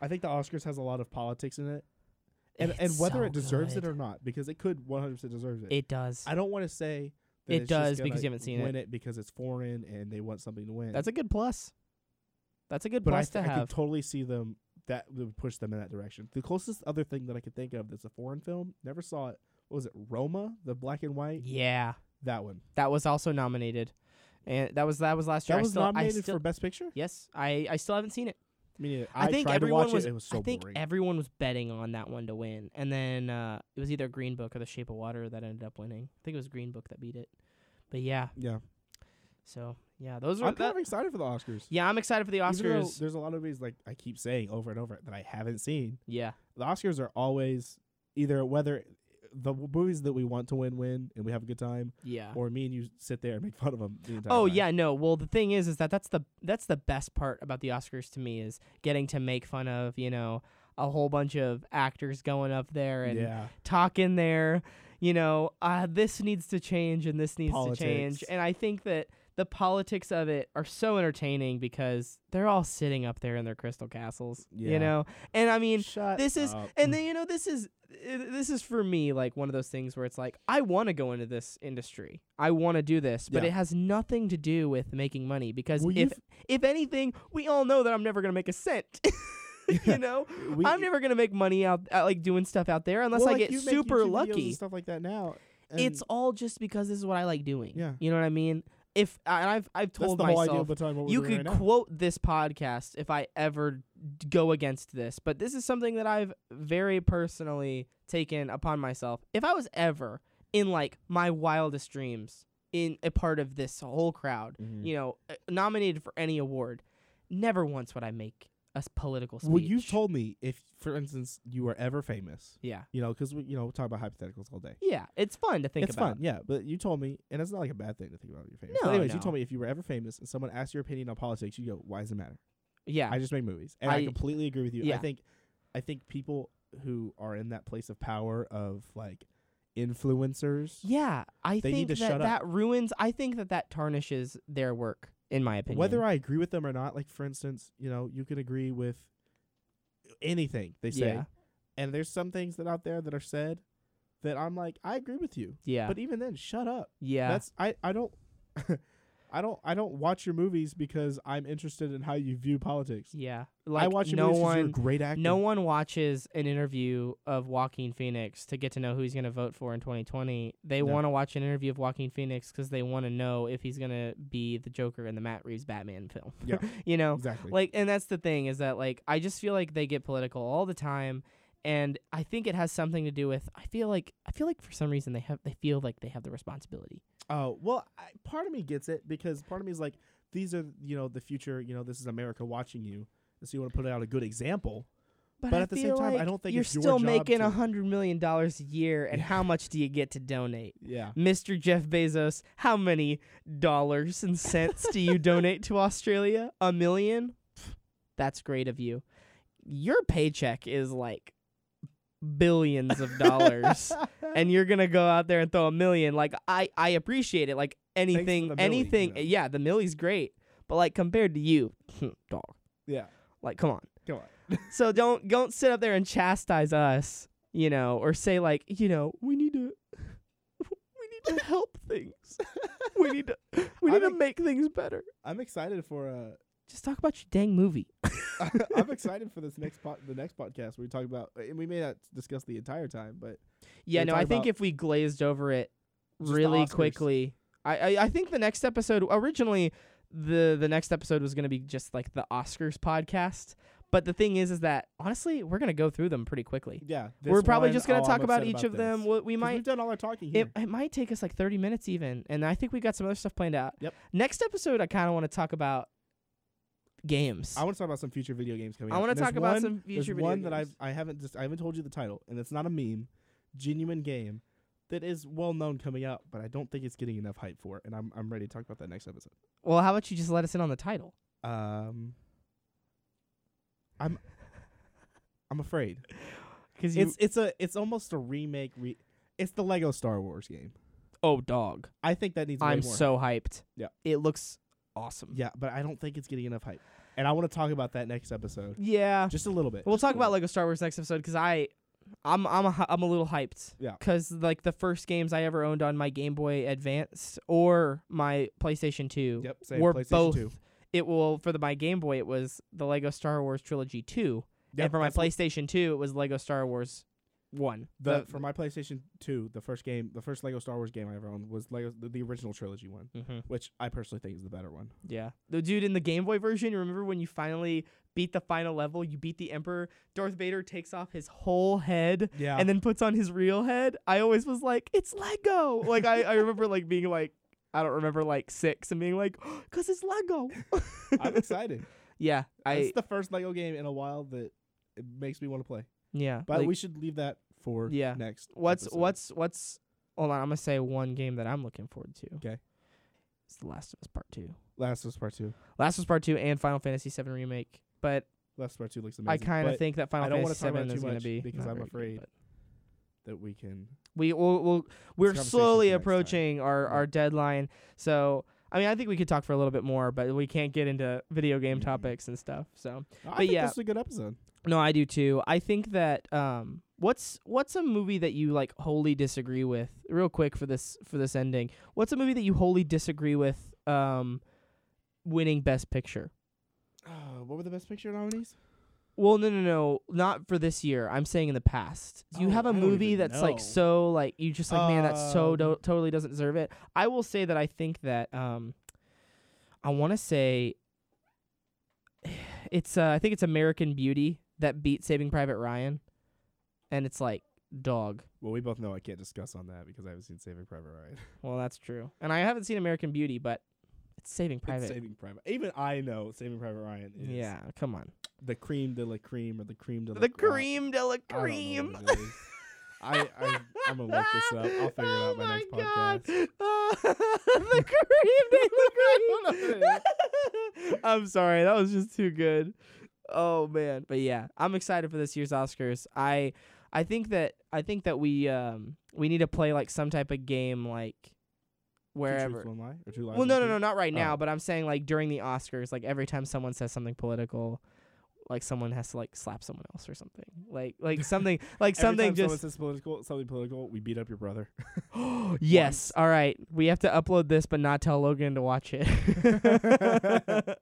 I think the Oscars has a lot of politics in it, and and It's whether so it deserves good. it or not, because it could 100 percent deserves it. it does. I don't want to say that It it's just does, gonna because you haven't seen it. win it. because it's foreign and they want something to win. That's a good plus. That's a good but I, plus th- to I have. could totally see them that would push them in that direction. The closest other thing that I could think of that's a foreign film, never saw it. What was it Roma, the black and white? yeah, That one. that was also nominated, and that was that was last year. That I was still, I nominated still, for Best Picture. Yes, I I still haven't seen it. Me neither. I, think tried to everyone watch was. It. it was so I think boring. everyone was betting on that one to win, and then uh, it was either Green Book or The Shape of Water that ended up winning. I think it was Green Book that beat it. But yeah, yeah. so yeah, those are I'm kind that, of excited for the Oscars. yeah. I'm excited for the Even though Oscars. There's a lot of movies like I keep saying over and over that I haven't seen. Yeah, The Oscars are always either whether the w- movies that we want to win win and we have a good time, yeah. or me and you sit there and make fun of them the entire Oh time. yeah, no. Well, the thing is, is that that's the that's the best part about the Oscars to me is getting to make fun of you know a whole bunch of actors going up there and yeah. talking there. You know, uh, this needs to change and this needs to change. Politics. And I think that the politics of it are so entertaining because they're all sitting up there in their crystal castles. You Yeah. Mm. know, and I mean, Shut this is up. and then you know this is i- this is for me like one of those things where it's like I want to go into this industry. I want to do this, but Yeah. it has nothing to do with making money because Well, if you've- if anything, we all know that I'm never going to make a cent. you know? We- I'm never going to make money out out, like doing stuff out there unless well, I like, get you make YouTube super videos and lucky. stuff like that now. and It's all just because this is what I like doing. Yeah. You know what I mean? If and I've I've that's told the whole idea myself of the time. What we're you doing could right now. quote this podcast if I ever d- go against this, but this is something that I've very personally taken upon myself. If I was ever in like my wildest dreams in a part of this whole crowd, Mhm. you know, uh, nominated for any award, never once would I make a s- political speech. Well, you've told me if, for instance, you were ever famous, yeah, you know, because we, you know, we talk about hypotheticals all day. yeah, it's fun to think it's fun, about. yeah. But you told me, and it's not like a bad thing to think about your famous. No, but anyways, you no. told me if you were ever famous and someone asked your opinion on politics, you go, "Why does it matter? Yeah, I just make movies." And I, I- completely agree with you. yeah. I think, I think people who are in that place of power of like influencers, yeah. I They need think to that shut up. that ruins. I think that that tarnishes their work, in my opinion. whether I agree with them or not. Like for instance, you know, you can agree with anything they say, Yeah. and there's some things that out there that are said that I'm like, I agree with you, yeah, but even then, shut up. yeah, That's I I don't. I don't I don't watch your movies because I'm interested in how you view politics. Yeah, like I watch your no movies 'cause you're a one, great actor. no one watches an interview of Joaquin Phoenix to get to know who he's going to vote for in 2020. They No. want to watch an interview of Joaquin Phoenix because they want to know if he's going to be the Joker in the Matt Reeves Batman film. Yeah. you know, exactly. like and that's the thing is that like i just feel like they get political all the time and i think it has something to do with i feel like i feel like for some reason they have they feel like they have the responsibility Oh well, I, part of me gets it because part of me is like, these are you know the future. You know this is America watching you, and so you want to put out a good example. But I at the same feel time, I like don't think you're it's your still job making to- a hundred million dollars a year and Yeah. how much do you get to donate Yeah, mr jeff bezos how many dollars and cents do you donate to australia a million Pfft, that's great of you your paycheck is like billions of dollars and you're gonna go out there and throw a million. Like I, I appreciate it. Like for anything, the milli, anything. you know. Yeah, the millie's great, but like compared to you, hmm, dog. yeah, Like come on. come on. So don't don't sit up there and chastise us, you know, or say like you know we need to. We need to help things. We need to we I need to think- make things better. I'm excited for uh, Just talk about your dang movie. I'm excited for this next po- the next podcast where we talk about, and we may not discuss the entire time, but Yeah, We're no, I talking think about- if we glazed over it Just the really Oscars. quickly, I, I I think the next episode originally the the next episode was gonna be just like the Oscars podcast. But the thing is, is that honestly, we're gonna go through them pretty quickly. yeah, we're this probably one, just oh, gonna I'm talk about upset each of them. this. What we 'Cause might We've done all our talking here. it, it might take us like 30 minutes even and i think we got some other stuff planned out Yep. next episode i kind of want to talk about games I want to talk about some future video games coming. I out. want And to there's talk about one- some There's future video one games. that I've I haven't just I haven't told you the title, and it's not a meme, genuine game that is well known coming out, but I don't think it's getting enough hype for it, and I'm I'm ready to talk about that next episode. well how about you just let us in on the title Um, I'm I'm afraid because it's it's a it's almost a remake. Re- it's the Lego Star Wars game. oh dog I think that needs. way i'm more so hyped Yeah. it looks awesome yeah, but I don't think it's getting enough hype, and I want to talk about that next episode yeah just a little bit. we'll just a talk about little lego star wars next episode because i i'm i'm a, hy- i'm a little hyped Yeah. because like the first games i ever owned on my game boy advance or my playstation 2 bit. yep, same, we're PlayStation both 2. it will for the my game boy it was the lego star wars trilogy 2 Yep, and for my that's what- PlayStation 2, it was Lego Star Wars 1. The, for my PlayStation 2, the first game, the first Lego Star Wars game I ever owned was Lego the, the original trilogy one, hmm which I personally think is the better one. Yeah. The dude in the Game Boy version, remember when you finally beat the final level, you beat the Emperor, Darth Vader takes off his whole head Yeah, and then puts on his real head? I always was like, it's Lego. Like, I, I remember like being like, I don't remember like six and being like, because it's Lego. I'm excited. yeah. I, it's the first Lego game in a while that it makes me want to play. yeah. But like, we should leave that for Yeah. next. what's, episode. what's, what's, hold on, I'm going to say one game that I'm looking forward to. 'Kay. It's The Last of Us Part 2. Last of Us Part Two? Last of Us Part Two and Final Fantasy VII Remake, but Last of Us Part Two looks amazing. I kind of but think that Final I don't wanna Fantasy talk about VII it is too going to much be because not I'm very good, afraid but that we can. we will we'll, we're conversation for slowly next time. approaching our Yeah. our deadline. So I mean, I think we could talk for a little bit more, but we can't get into video game Mhm. topics and stuff. So I But think yeah. this is a good episode. no, I do too. I think that um, what's what's a movie that you like wholly disagree with? Real quick for this for this ending, what's a movie that you wholly disagree with? Um, winning Best Picture. Uh, what were the best picture nominees? Well, no, no, no, not for this year. I'm saying in the past. Do you Oh, have a I don't movie even that's know. like so like you just like man that so do- Um, totally doesn't deserve it? I will say that I think that um, I want to say it's uh, I think it's American Beauty that beat Saving Private Ryan, and it's like dog. Well, we both know I can't discuss on that because I haven't seen Saving Private Ryan. Well, that's true, and I haven't seen American Beauty, but it's Saving Private. It's Saving Private. Even I know Saving Private Ryan is yeah, come on, the cream de la cream or the cream de la the crop. cream de la I don't know cream. what it is. I, I I'm gonna look this up. I'll figure it oh out my, next God. podcast. Uh, the cream, don't the cream. I'm sorry, that was just too good. Oh man, but yeah, I'm excited for this year's Oscars. I I think that I think that we um we need to play like some type of game like Two wherever. truths, one lie, or two lies. Well, one no, no, truth? no, not right now. Oh. But I'm saying like during the Oscars, like every time someone says something political, like someone has to like slap someone else or something. Like like something like something just says political, something political. We beat up your brother. yes. All right, we have to upload this, but not tell Logan to watch it.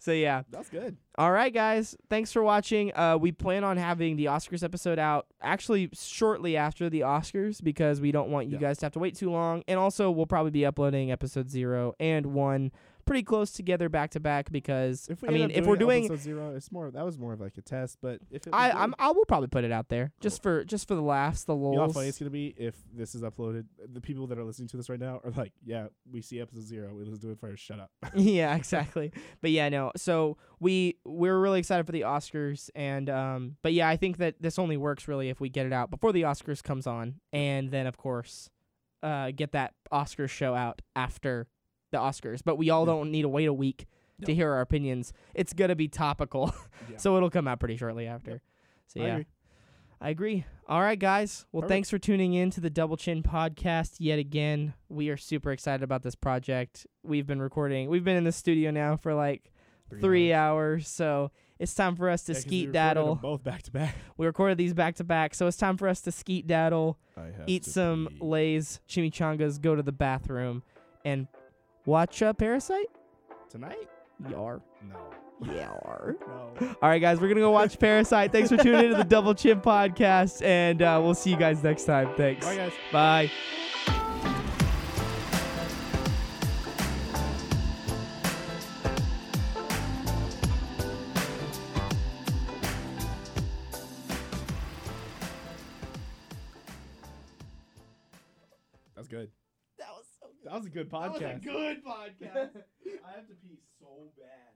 so yeah. That's good. All right, guys. Thanks for watching. Uh, we plan on having the Oscars episode out actually shortly after the Oscars because we don't want you Yeah. guys to have to wait too long. And also, we'll probably be uploading episode zero and one pretty close together back to back because I end mean, up if we're doing, episode zero, it's more that was more of like a test. But if it I was good, I'm, I will probably put it out there just for just for the laughs, the you know how funny lols. it's gonna be if this is uploaded. The people that are listening to this right now are like, yeah, we see episode zero. We listen to it first. Shut up. yeah, exactly. But yeah, no. So we we're really excited for the Oscars, and um, but yeah, I think that this only works really if we get it out before the Oscars comes on, and then of course, uh, get that Oscars show out after the Oscars. But we all Yeah. don't need to wait a week to No. hear our opinions. It's gonna be topical, Yeah. so it'll come out pretty shortly after. So I yeah. agree. I agree. All right, guys. Well, Perfect. thanks for tuning in to the Double Chin podcast yet again. We are super excited about this project. We've been recording, we've been in the studio now for like three, hours. So it's time for us to Yeah, 'cause we skeet recorded 'em daddle. both back to back. We recorded these back to back. So it's time for us to skeet daddle, I have eat some Lay's, chimichangas, go to the bathroom, and watch uh, Parasite? tonight. Yar. No, Yar. no. All right, guys, we're going to go watch Parasite. Thanks for tuning in to the Double Chin podcast, and uh, we'll see you guys next time. Thanks. Bye guys. Bye. That's good. That was so That was a good That was podcast. a good podcast. I have to pee so bad.